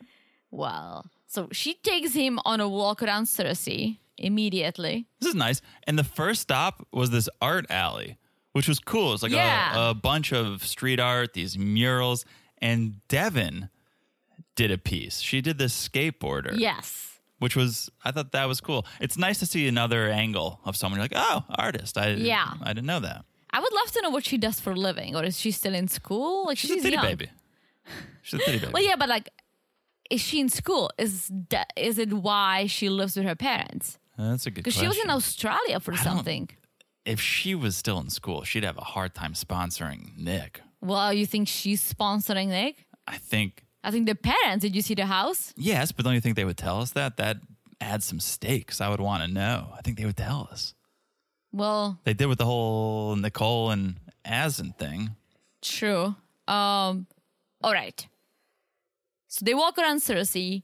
[SPEAKER 2] Well, so she takes him on a walk around Cersei immediately.
[SPEAKER 1] This is nice. And the first stop was this art alley, which was cool. It's like a-
[SPEAKER 2] Yeah.
[SPEAKER 1] a, bunch of street art, these murals, and Devin did a piece. She did this skateboarder,
[SPEAKER 2] Yes.
[SPEAKER 1] which was I thought that was cool. It's nice to see another angle of someone. You're like, oh, artist. I
[SPEAKER 2] Yeah.
[SPEAKER 1] I didn't know that.
[SPEAKER 2] I would love to know what she does for a living, or is she still in school? Like
[SPEAKER 1] She's a titty
[SPEAKER 2] young.
[SPEAKER 1] baby. She's a titty baby.
[SPEAKER 2] Well, yeah, but like, is she in school? Is that is it why she lives with her parents?
[SPEAKER 1] That's a good
[SPEAKER 2] Because
[SPEAKER 1] question.
[SPEAKER 2] she was in Australia for
[SPEAKER 1] don't-
[SPEAKER 2] something.
[SPEAKER 1] if she was still in school, she'd have a hard time sponsoring Nick.
[SPEAKER 2] Well, you think she's sponsoring Nick?
[SPEAKER 1] I think
[SPEAKER 2] I think the parents. Did you see the house?
[SPEAKER 1] yes, but don't you think they would tell us that? That adds some stakes. I would want to know. I think they would tell us.
[SPEAKER 2] Well,
[SPEAKER 1] They did with the whole Nicole and Asin thing.
[SPEAKER 2] True. Um, all right. So they walk around Cersei,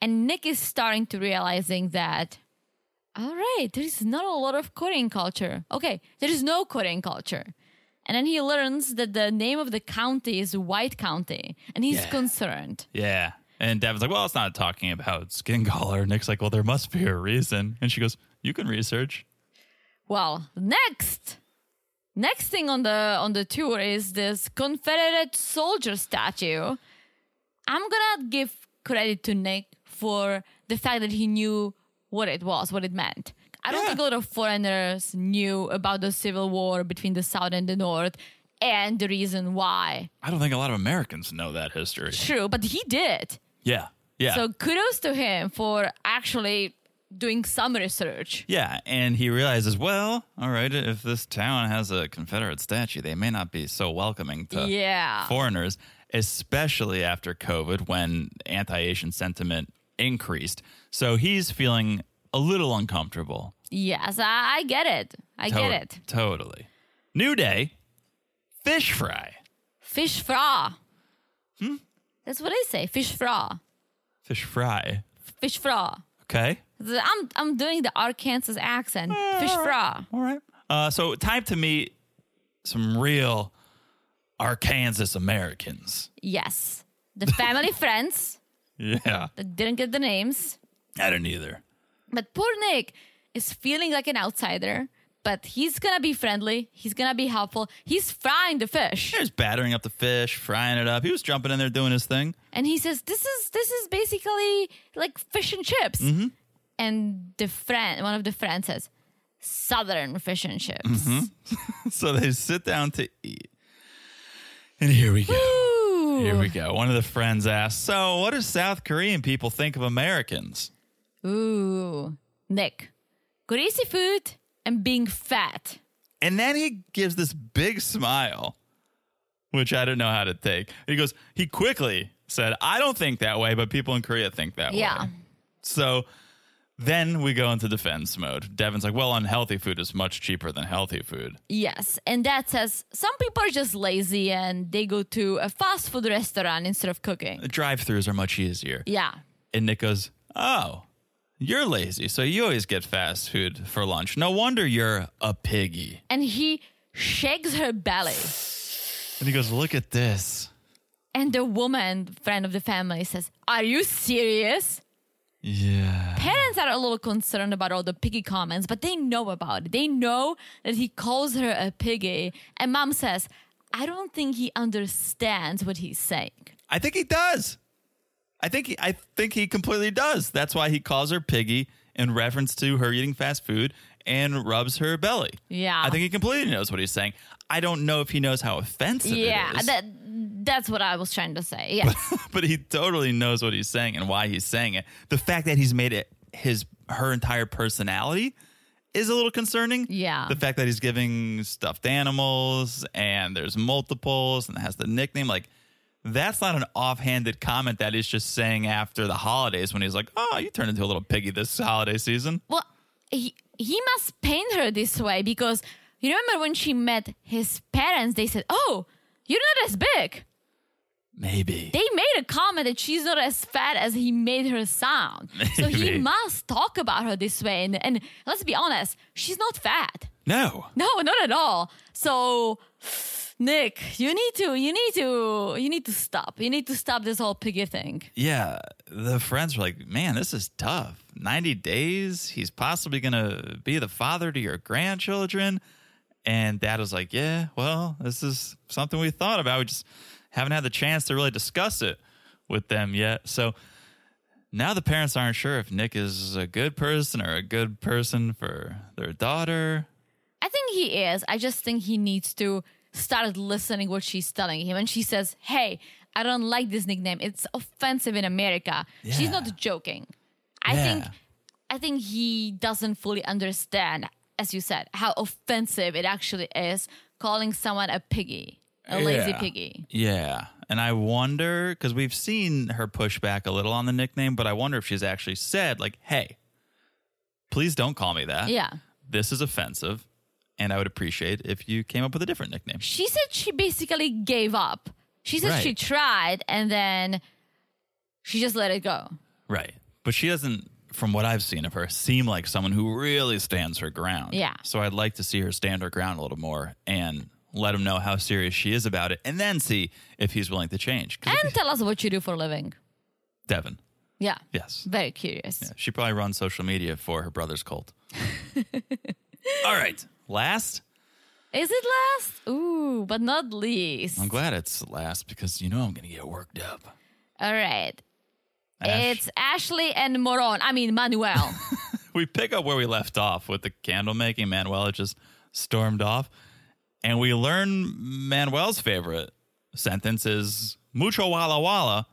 [SPEAKER 2] and Nick is starting to realizing that. All right, there is not a lot of Korean culture. Okay, there is no Korean culture. And then he learns that the name of the county is White County, and he's
[SPEAKER 1] Yeah.
[SPEAKER 2] concerned.
[SPEAKER 1] Yeah. And Devin's like, well, it's not talking about skin color. Nick's like, well, there must be a reason. And she goes, you can research.
[SPEAKER 2] Well, next, next thing on the on the tour is this Confederate soldier statue. I'm gonna give credit to Nick for the fact that he knew what it was, what it meant. I don't
[SPEAKER 1] Yeah.
[SPEAKER 2] think a lot of foreigners knew about the civil war between the South and the North and the reason why.
[SPEAKER 1] I don't think a lot of Americans know that history.
[SPEAKER 2] True, but he did.
[SPEAKER 1] Yeah. Yeah.
[SPEAKER 2] So kudos to him for actually doing some research.
[SPEAKER 1] yeah. And he realizes, well, all right, if this town has a Confederate statue, they may not be so welcoming to
[SPEAKER 2] yeah.
[SPEAKER 1] foreigners, especially after COVID when anti Asian sentiment increased. So he's feeling a little uncomfortable.
[SPEAKER 2] yes, I, I get it. I
[SPEAKER 1] To-
[SPEAKER 2] get it.
[SPEAKER 1] Totally. New Day, fish fry.
[SPEAKER 2] Fish fra. Hmm? That's what I say. Fish fra.
[SPEAKER 1] Fish fry.
[SPEAKER 2] Fish fra.
[SPEAKER 1] Okay.
[SPEAKER 2] The- I'm I'm doing the Arkansas accent. Fish fra.
[SPEAKER 1] All right. Uh, so time to meet some real Arkansas Americans.
[SPEAKER 2] Yes. The family friends
[SPEAKER 1] Yeah.
[SPEAKER 2] that didn't get the names.
[SPEAKER 1] I don't either.
[SPEAKER 2] But poor Nick is feeling like an outsider. But he's gonna be friendly. He's gonna be helpful. He's frying the fish.
[SPEAKER 1] He was battering up the fish, frying it up. He was jumping in there doing his thing.
[SPEAKER 2] And he says, This is this is basically like fish and chips. And the friend one of the friends says, Southern fish and chips.
[SPEAKER 1] So they sit down to eat. And here we go.
[SPEAKER 2] Ooh.
[SPEAKER 1] Here we go. One of the friends asked, So, what do South Korean people think of Americans?
[SPEAKER 2] Ooh. Nick. Greasy food and being fat.
[SPEAKER 1] And then he gives this big smile, which I don't know how to take. He goes, He quickly said, I don't think that way, but people in Korea think that
[SPEAKER 2] Yeah.
[SPEAKER 1] way. So then we go into defense mode. Devin's like, Well, unhealthy food is much cheaper than healthy food.
[SPEAKER 2] Yes. And that says some people are just lazy and they go to a fast food restaurant instead of cooking.
[SPEAKER 1] Drive throughs are much easier.
[SPEAKER 2] Yeah.
[SPEAKER 1] And Nick goes, Oh, you're lazy. So you always get fast food for lunch. No wonder you're a piggy.
[SPEAKER 2] And he shakes her belly.
[SPEAKER 1] And he goes, Look at this.
[SPEAKER 2] And the woman, friend of the family, says, Are you serious?
[SPEAKER 1] Yeah.
[SPEAKER 2] Parents are a little concerned about all the piggy comments, but they know about it. They know that he calls her a piggy. And mom says, I don't think he understands what he's saying.
[SPEAKER 1] I think he does. I think he, I think he completely does. That's why he calls her piggy in reference to her eating fast food and rubs her belly.
[SPEAKER 2] Yeah.
[SPEAKER 1] I think he completely knows what he's saying. I don't know if he knows how offensive it
[SPEAKER 2] Yeah,
[SPEAKER 1] is,
[SPEAKER 2] that that's what I was trying to say. Yes.
[SPEAKER 1] but he totally knows what he's saying and why he's saying it. The fact that he's made it his her entire personality is a little concerning.
[SPEAKER 2] Yeah.
[SPEAKER 1] The fact that he's giving stuffed animals and there's multiples and has the nickname like that's not an offhanded comment that he's just saying after the holidays when he's like, "Oh, you turned into a little piggy this holiday season."
[SPEAKER 2] well, he he must paint her this way because you remember when she met his parents, they said, "Oh, you're not as big."
[SPEAKER 1] Maybe.
[SPEAKER 2] They made a comment that she's not as fat as he made her sound. So he
[SPEAKER 1] Maybe.
[SPEAKER 2] must talk about her this way. And, and let's be honest, she's not fat.
[SPEAKER 1] no.
[SPEAKER 2] No, not at all. So, Nick, you need to, you need to, you need to stop. You need to stop this whole piggy thing.
[SPEAKER 1] Yeah, the friends were like, "Man, this is tough. 90 days, he's possibly going to be the father to your grandchildren." And dad was like, "Yeah, well, this is something we thought about. We just haven't had the chance to really discuss it with them yet." So now the parents aren't sure if Nick is a good person or a good person for their daughter.
[SPEAKER 2] I think he is. I just think he needs to start listening what she's telling him. And she says, "Hey, I don't like this nickname. It's offensive in America." She's
[SPEAKER 1] Yeah.
[SPEAKER 2] not joking. I think
[SPEAKER 1] Yeah.
[SPEAKER 2] I think he doesn't fully understand, as you said, how offensive it actually is calling someone a piggy, a lazy
[SPEAKER 1] Yeah.
[SPEAKER 2] piggy.
[SPEAKER 1] Yeah. And I wonder because we've seen her push back a little on the nickname, but I wonder if she's actually said, like, hey, please don't call me that.
[SPEAKER 2] Yeah.
[SPEAKER 1] This is offensive. And I would appreciate if you came up with a different nickname.
[SPEAKER 2] She said she basically gave up. She said she
[SPEAKER 1] Right.
[SPEAKER 2] tried and then she just let it go.
[SPEAKER 1] Right. But she doesn't, from what I've seen of her, seem like someone who really stands her ground.
[SPEAKER 2] Yeah.
[SPEAKER 1] So I'd like to see her stand her ground a little more and let him know how serious she is about it and then see if he's willing to change. 'Cause
[SPEAKER 2] And tell us what you do for a living.
[SPEAKER 1] Devin.
[SPEAKER 2] Yeah.
[SPEAKER 1] Yes.
[SPEAKER 2] Very curious.
[SPEAKER 1] Yeah, she probably runs social media for her brother's cult. All right. Last.
[SPEAKER 2] Is it last? Ooh, but not least.
[SPEAKER 1] I'm glad it's last because you know I'm going to get worked up.
[SPEAKER 2] All right.
[SPEAKER 1] Ash,
[SPEAKER 2] It's Ashley and Moron. I mean, Manuel.
[SPEAKER 1] we pick up where we left off with the candle making. Manuel had just stormed off. And we learn Manuel's favorite sentence is mucho walla walla,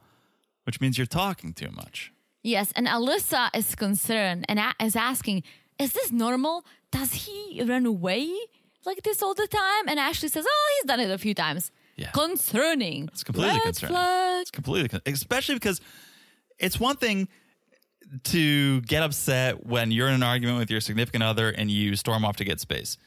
[SPEAKER 1] which means you're talking too much.
[SPEAKER 2] Yes, and Alyssa is concerned and a- is asking, "Is this normal? Does he run away like this all the time?" And Ashley says, "Oh, he's done it a few times."
[SPEAKER 1] Yeah.
[SPEAKER 2] Concerning. It's
[SPEAKER 1] completely
[SPEAKER 2] Red
[SPEAKER 1] concerning.
[SPEAKER 2] flag.
[SPEAKER 1] completely con- especially because it's one thing to get upset when you're in an argument with your significant other and you storm off to get space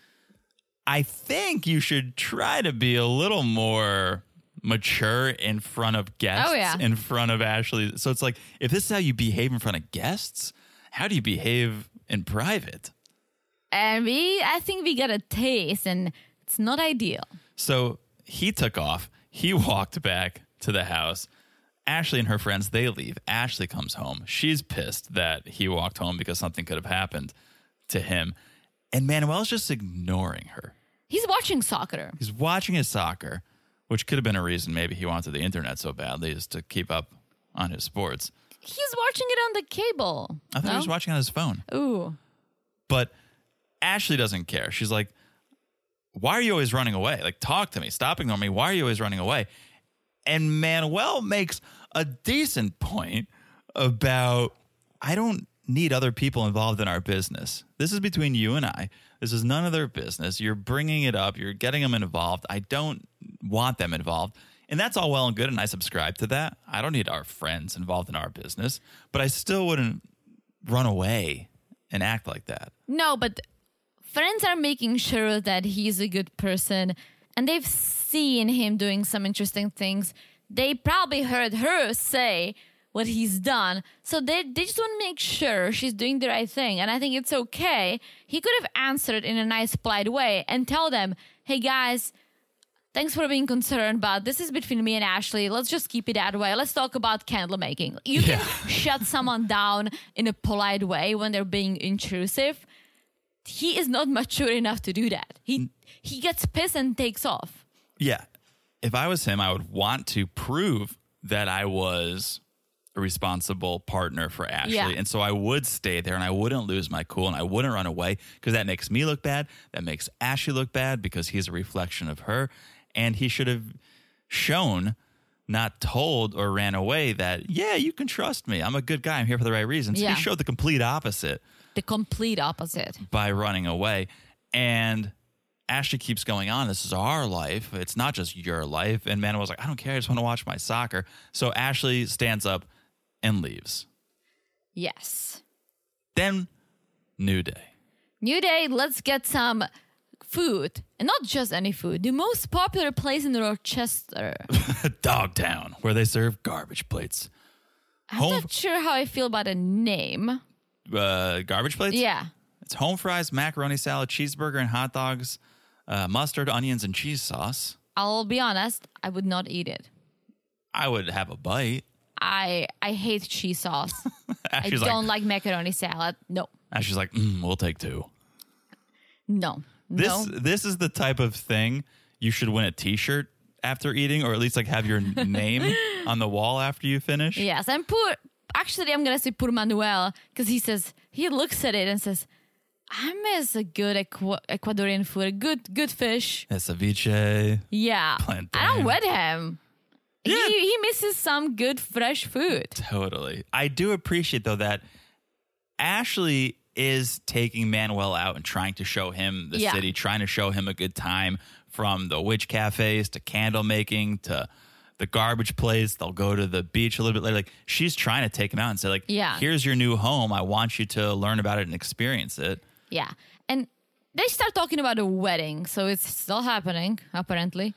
[SPEAKER 1] i think you should try to be a little more mature in front of guests
[SPEAKER 2] Oh, yeah.
[SPEAKER 1] in front of ashley so it's like if this is how you behave in front of guests how do you behave in private
[SPEAKER 2] And we, I think we got a taste, and it's not ideal.
[SPEAKER 1] So he took off. He walked back to the house. Ashley and her friends, they leave. Ashley comes home. She's pissed that he walked home because something could have happened to him. And Manuel's just ignoring her.
[SPEAKER 2] He's watching soccer.
[SPEAKER 1] He's watching his soccer, which could have been a reason maybe he wanted the internet so badly is to keep up on his sports.
[SPEAKER 2] He's watching it on the cable.
[SPEAKER 1] I thought he
[SPEAKER 2] no?
[SPEAKER 1] was watching on his phone.
[SPEAKER 2] Ooh.
[SPEAKER 1] But Ashley doesn't care. She's like, Why are you always running away? Like, talk to me. Stop ignoring me. Why are you always running away? And Manuel makes a decent point about I don't need other people involved in our business. This is between you and I. This is none of their business. You're bringing it up, you're getting them involved. I don't want them involved. And that's all well and good. And I subscribe to that. I don't need our friends involved in our business, but I still wouldn't run away and act like that.
[SPEAKER 2] No, but friends are making sure that he's a good person and they've seen him doing some interesting things. They probably heard her say what he's done. So they, they just want to make sure she's doing the right thing. And I think it's okay. He could have answered in a nice, polite way and tell them, hey guys, thanks for being concerned, but this is between me and Ashley. Let's just keep it that way. Let's talk about candle making. You
[SPEAKER 1] Yeah.
[SPEAKER 2] can shut someone down in a polite way when they're being intrusive. He is not mature enough to do that.
[SPEAKER 1] Mm.
[SPEAKER 2] He he gets pissed and takes off.
[SPEAKER 1] Yeah. If I was him, I would want to prove that I was a responsible partner for Ashley.
[SPEAKER 2] Yeah.
[SPEAKER 1] And so I would stay there and I wouldn't lose my cool and I wouldn't run away because that makes me look bad. That makes Ashley look bad because he's a reflection of her. And he should have shown, not told or ran away that, yeah, you can trust me. I'm a good guy. I'm here for the right reasons.
[SPEAKER 2] Yeah.
[SPEAKER 1] He showed the complete opposite
[SPEAKER 2] The complete opposite.
[SPEAKER 1] by running away. And Ashley keeps going on. This is our life. It's not just your life. And Manuel's like, I don't care. I just want to watch my soccer. So Ashley stands up and leaves.
[SPEAKER 2] Yes.
[SPEAKER 1] Then, new day.
[SPEAKER 2] New day, let's get some food. And not just any food. The most popular place in Rochester.
[SPEAKER 1] Dogtown, where they serve garbage plates.
[SPEAKER 2] I'm
[SPEAKER 1] Home-
[SPEAKER 2] not sure how I feel about a name.
[SPEAKER 1] Uh, garbage plates?
[SPEAKER 2] Yeah.
[SPEAKER 1] It's home fries, macaroni salad, cheeseburger, and hot dogs, uh, mustard, onions, and cheese sauce.
[SPEAKER 2] I'll be honest, I would not eat it.
[SPEAKER 1] I would have a bite.
[SPEAKER 2] I I hate cheese sauce. I
[SPEAKER 1] Ashley's
[SPEAKER 2] don't
[SPEAKER 1] like,
[SPEAKER 2] like macaroni salad. No.
[SPEAKER 1] Ashley's like, mm, we'll take two.
[SPEAKER 2] No.
[SPEAKER 1] This
[SPEAKER 2] no.
[SPEAKER 1] this is the type of thing you should win a T-shirt after eating, or at least like have your name on the wall after you finish.
[SPEAKER 2] Yes, and poor. Actually, I'm gonna say poor Manuel because he says he looks at it and says, I miss a good Equ- Ecuadorian food, good good fish.
[SPEAKER 1] That ceviche.
[SPEAKER 2] Yeah, I
[SPEAKER 1] Plantain.
[SPEAKER 2] don't with him.
[SPEAKER 1] Yeah.
[SPEAKER 2] He, he misses some good fresh food.
[SPEAKER 1] Totally. I do appreciate though that Ashley is taking Manuel out and trying to show him the
[SPEAKER 2] Yeah.
[SPEAKER 1] city, trying to show him a good time from the witch cafes to candle making to the garbage place. They'll go to the beach a little bit later. Like she's trying to take him out and say, like,
[SPEAKER 2] Yeah.
[SPEAKER 1] here's your new home. I want you to learn about it and experience it.
[SPEAKER 2] Yeah. And they start talking about a wedding, so it's still happening, apparently.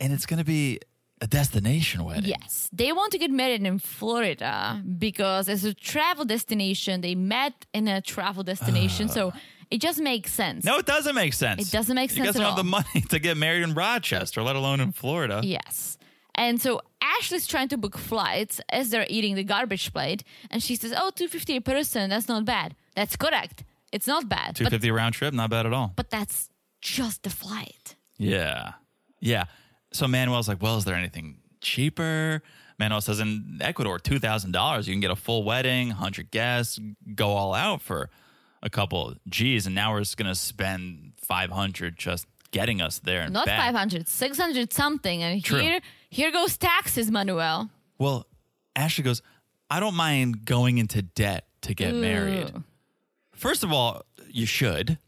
[SPEAKER 1] And it's gonna be a destination wedding.
[SPEAKER 2] Yes. They want to get married in Florida because it's a travel destination. They met in a travel destination, so it just makes sense.
[SPEAKER 1] No, it doesn't make sense.
[SPEAKER 2] It doesn't make
[SPEAKER 1] You guys
[SPEAKER 2] sense at
[SPEAKER 1] don't have the
[SPEAKER 2] all.
[SPEAKER 1] money to get married in Rochester, let alone in Florida.
[SPEAKER 2] Yes. And so Ashley's trying to book flights as they're eating the garbage plate, and she says, "Oh, 250 a person, that's not bad." That's correct. It's not bad.
[SPEAKER 1] Two
[SPEAKER 2] But,
[SPEAKER 1] fifty round trip, not bad at all.
[SPEAKER 2] but that's just the flight.
[SPEAKER 1] Yeah. Yeah. So Manuel's like, well, is there anything cheaper? Manuel says, in Ecuador, $2,000, you can get a full wedding, 100 guests, go all out for a couple G's. And now we're just going to spend 500 just getting us there. And
[SPEAKER 2] Not
[SPEAKER 1] back.
[SPEAKER 2] 500, 600 something. And
[SPEAKER 1] True.
[SPEAKER 2] here here goes taxes, Manuel.
[SPEAKER 1] Well, Ashley goes, I don't mind going into debt to get married.
[SPEAKER 2] Ooh.
[SPEAKER 1] First of all, you should.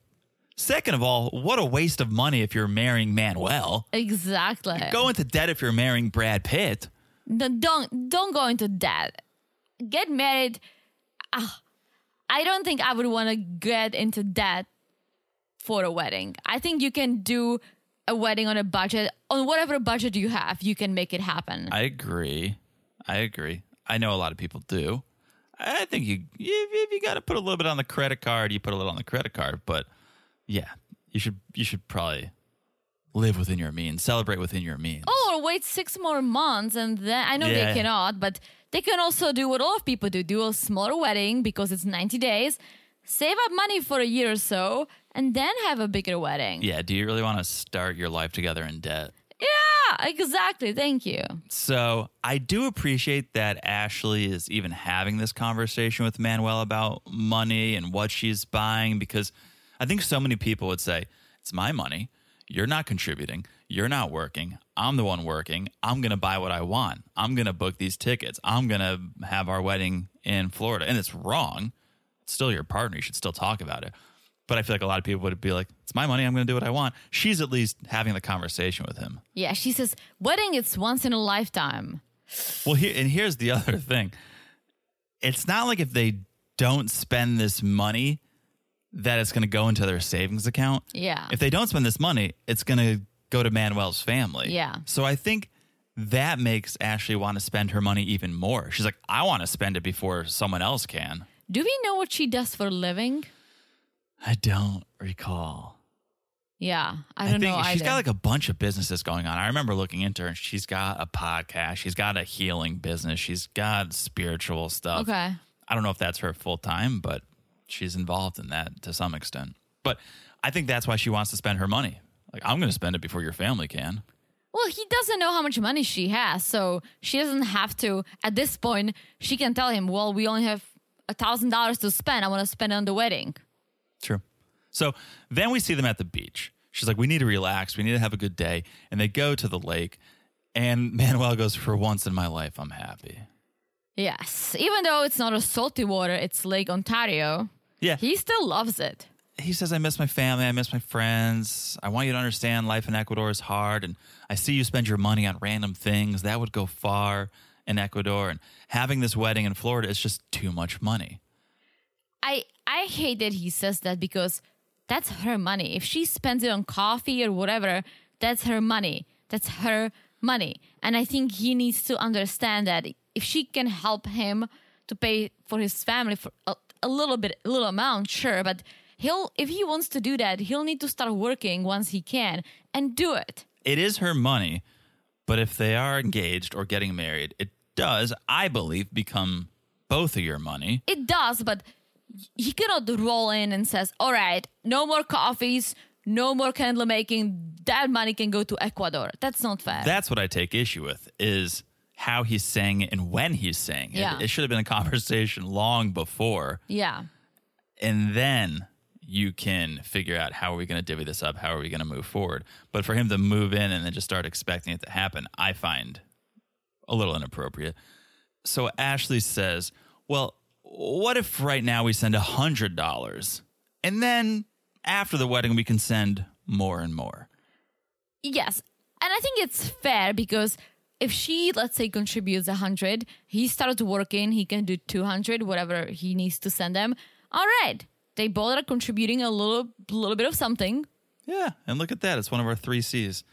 [SPEAKER 1] Second of all, what a waste of money if you're marrying Manuel.
[SPEAKER 2] Exactly.
[SPEAKER 1] Go into debt if you're marrying Brad Pitt.
[SPEAKER 2] No, don't don't go into that. Get married. Ah, I don't think I would want to get into that for a wedding. I think you can do a wedding on a budget, on whatever budget you have, you can make it happen.
[SPEAKER 1] I agree. I agree. I know a lot of people do. I think you if, if you got to put a little bit on the credit card, you put a little on the credit card. But yeah, you should you should probably live within your means, celebrate within your means.
[SPEAKER 2] or Oh, wait six more months and then I know
[SPEAKER 1] Yeah.
[SPEAKER 2] they cannot, but they can also do what a lot of people do: do a smaller wedding because it's ninety days, save up money for a year or so, and then have a bigger wedding.
[SPEAKER 1] Yeah. Do you really want to start your life together in debt?
[SPEAKER 2] Yeah, Ah, exactly. Thank you.
[SPEAKER 1] So I do appreciate that Ashley is even having this conversation with Manuel about money and what she's buying because I think so many people would say, It's my money. You're not contributing. You're not working. I'm the one working. I'm going to buy what I want. I'm going to book these tickets. I'm going to have our wedding in Florida. And it's wrong. It's still your partner. You should still talk about it. But I feel like a lot of people would be like, It's my money. I'm going to do what I want. She's at least having the conversation with him.
[SPEAKER 2] Yeah, she says wedding it's once in a lifetime.
[SPEAKER 1] Well, here and here's the other thing. It's not like if they don't spend this money that it's going to go into their savings account.
[SPEAKER 2] Yeah.
[SPEAKER 1] If they don't spend this money, it's going to go to Manuel's family.
[SPEAKER 2] Yeah.
[SPEAKER 1] So I think that makes Ashley want to spend her money even more. She's like, I want to spend it before someone else can.
[SPEAKER 2] do we know what she does for a living?
[SPEAKER 1] I don't recall.
[SPEAKER 2] Yeah, I don't
[SPEAKER 1] think
[SPEAKER 2] know
[SPEAKER 1] she's
[SPEAKER 2] either.
[SPEAKER 1] got like a bunch of businesses going on. I remember looking into her and she's got a podcast. She's got a healing business. She's got spiritual stuff.
[SPEAKER 2] okay.
[SPEAKER 1] I don't know if that's her full time, but she's involved in that to some extent. But I think that's why she wants to spend her money. Like, I'm going to spend it before your family can.
[SPEAKER 2] Well, he doesn't know how much money she has, so she doesn't have to. At this point, she can tell him, "Well, we only have a thousand dollars to spend. I want to spend it on the wedding."
[SPEAKER 1] True. So then we see them at the beach. She's like, we need to relax. We need to have a good day. And they go to the lake. And Manuel goes, for once in my life, I'm happy.
[SPEAKER 2] Yes, even though it's not a salty water, it's Lake Ontario.
[SPEAKER 1] Yeah.
[SPEAKER 2] He still loves it.
[SPEAKER 1] he says, I miss my family. I miss my friends. I want you to understand life in Ecuador is hard. And I see you spend your money on random things. That would go far in Ecuador. And having this wedding in Florida is just too much money.
[SPEAKER 2] I I hate that he says that because that's her money. If she spends it on coffee or whatever, that's her money. That's her money. And I think he needs to understand that if she can help him to pay for his family for a, a little bit, a little amount, sure, but he'll if he wants to do that, he'll need to start working once he can and do it.
[SPEAKER 1] It is her money. But if they are engaged or getting married, it does, I believe, become both of your money.
[SPEAKER 2] It does, but he cannot roll in and says, "All right, no more coffees, no more candle making. That money can go to Ecuador." That's not fair.
[SPEAKER 1] That's what I take issue with is how he's saying it and when he's saying it.
[SPEAKER 2] Yeah.
[SPEAKER 1] It should have been a conversation long before.
[SPEAKER 2] yeah,
[SPEAKER 1] and then you can figure out how are we going to divvy this up? How are we going to move forward? But for him to move in and then just start expecting it to happen, I find a little inappropriate. So Ashley says, Well, what if right now we send $100 and then after the wedding we can send more and more?
[SPEAKER 2] Yes. And I think it's fair because if she, let's say, contributes 100, he starts working, he can do 200, whatever he needs to send them. All right. They both are contributing a little, little bit of something.
[SPEAKER 1] Yeah. And look at that. It's one of our three C's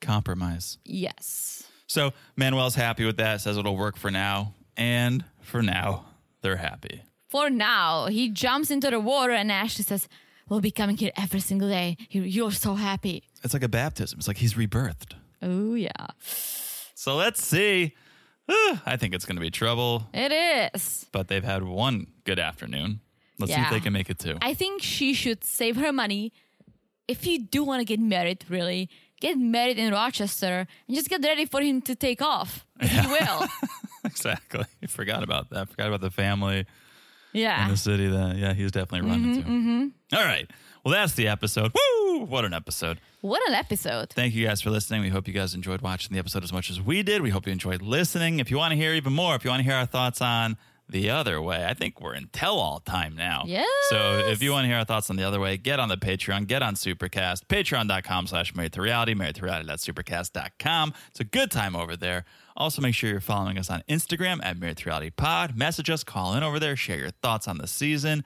[SPEAKER 1] compromise.
[SPEAKER 2] Yes.
[SPEAKER 1] So Manuel's happy with that, says it'll work for now. And for now, they're happy.
[SPEAKER 2] For now, he jumps into the water and Ashley says, We'll be coming here every single day. You- You're so happy.
[SPEAKER 1] It's like a baptism, it's like he's rebirthed.
[SPEAKER 2] Oh, yeah.
[SPEAKER 1] So let's see. Ah, I think it's going to be trouble,
[SPEAKER 2] It is.
[SPEAKER 1] but they've had one good afternoon. Let's see if
[SPEAKER 2] Yeah.
[SPEAKER 1] they can make it two.
[SPEAKER 2] I think she should save her money. If you do want to get married, really, get married in Rochester and just get ready for him to take off. He will.
[SPEAKER 1] exactly. I forgot about that. Forgot about the family in
[SPEAKER 2] Yeah.
[SPEAKER 1] the city. That yeah, he's definitely running
[SPEAKER 2] Mm-hmm,
[SPEAKER 1] to. All right. Well, that's the episode. Woo! What an episode.
[SPEAKER 2] What an episode.
[SPEAKER 1] Thank you guys for listening. We hope you guys enjoyed watching the episode as much as we did. We hope you enjoyed listening. If you want to hear even more, if you want to hear our thoughts on the other way, I think we're in tell all time now.
[SPEAKER 2] Yes.
[SPEAKER 1] So if you want to hear our thoughts on the other way, get on the Patreon, get on Supercast, patreon.com slash married to reality, married to reality.supercast.com. It's a good time over there. Also, make sure you're following us on Instagram at married to reality pod. Message us, call in over there, share your thoughts on the season.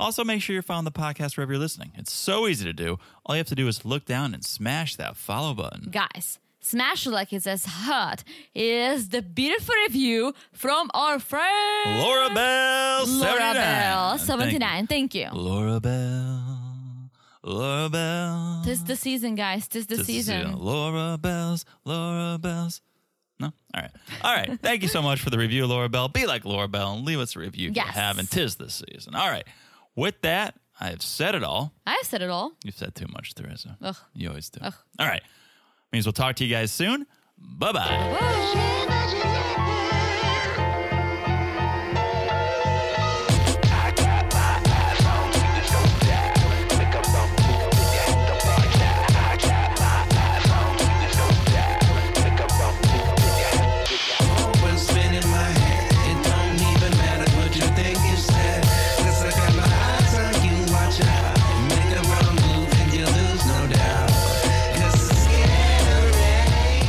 [SPEAKER 1] Also, make sure you're following the podcast wherever you're listening. It's so easy to do. All you have to do is look down and smash that follow button.
[SPEAKER 2] Guys, Smash Like It's As Hot is the beautiful review from our friend
[SPEAKER 1] Laura Bell,
[SPEAKER 2] Laura
[SPEAKER 1] 79.
[SPEAKER 2] Bell,
[SPEAKER 1] Thank you.
[SPEAKER 2] 79. Thank you.
[SPEAKER 1] Laura Bell, Laura Bell.
[SPEAKER 2] Tis the season, guys. Tis the
[SPEAKER 1] Tis the
[SPEAKER 2] season.
[SPEAKER 1] Laura Bells, Laura Bells. No? All right. All right. Thank you so much for the review, Laura Bell. Be like Laura Bell and leave us a review if you
[SPEAKER 2] Yes.
[SPEAKER 1] have, and tis the season. All right. With that, I have said it all.
[SPEAKER 2] I've said it all.
[SPEAKER 1] You've said too much, Theresa.
[SPEAKER 2] Ugh.
[SPEAKER 1] You always do. All right. Means we'll talk to you guys soon. Bye bye.
[SPEAKER 2] Whoa.
[SPEAKER 3] Always been in my head. It don't even matter what you think you said. 'Cause I got my eyes on you, watch out. Make a wrong move and you lose, no doubt. 'Cause it's scary.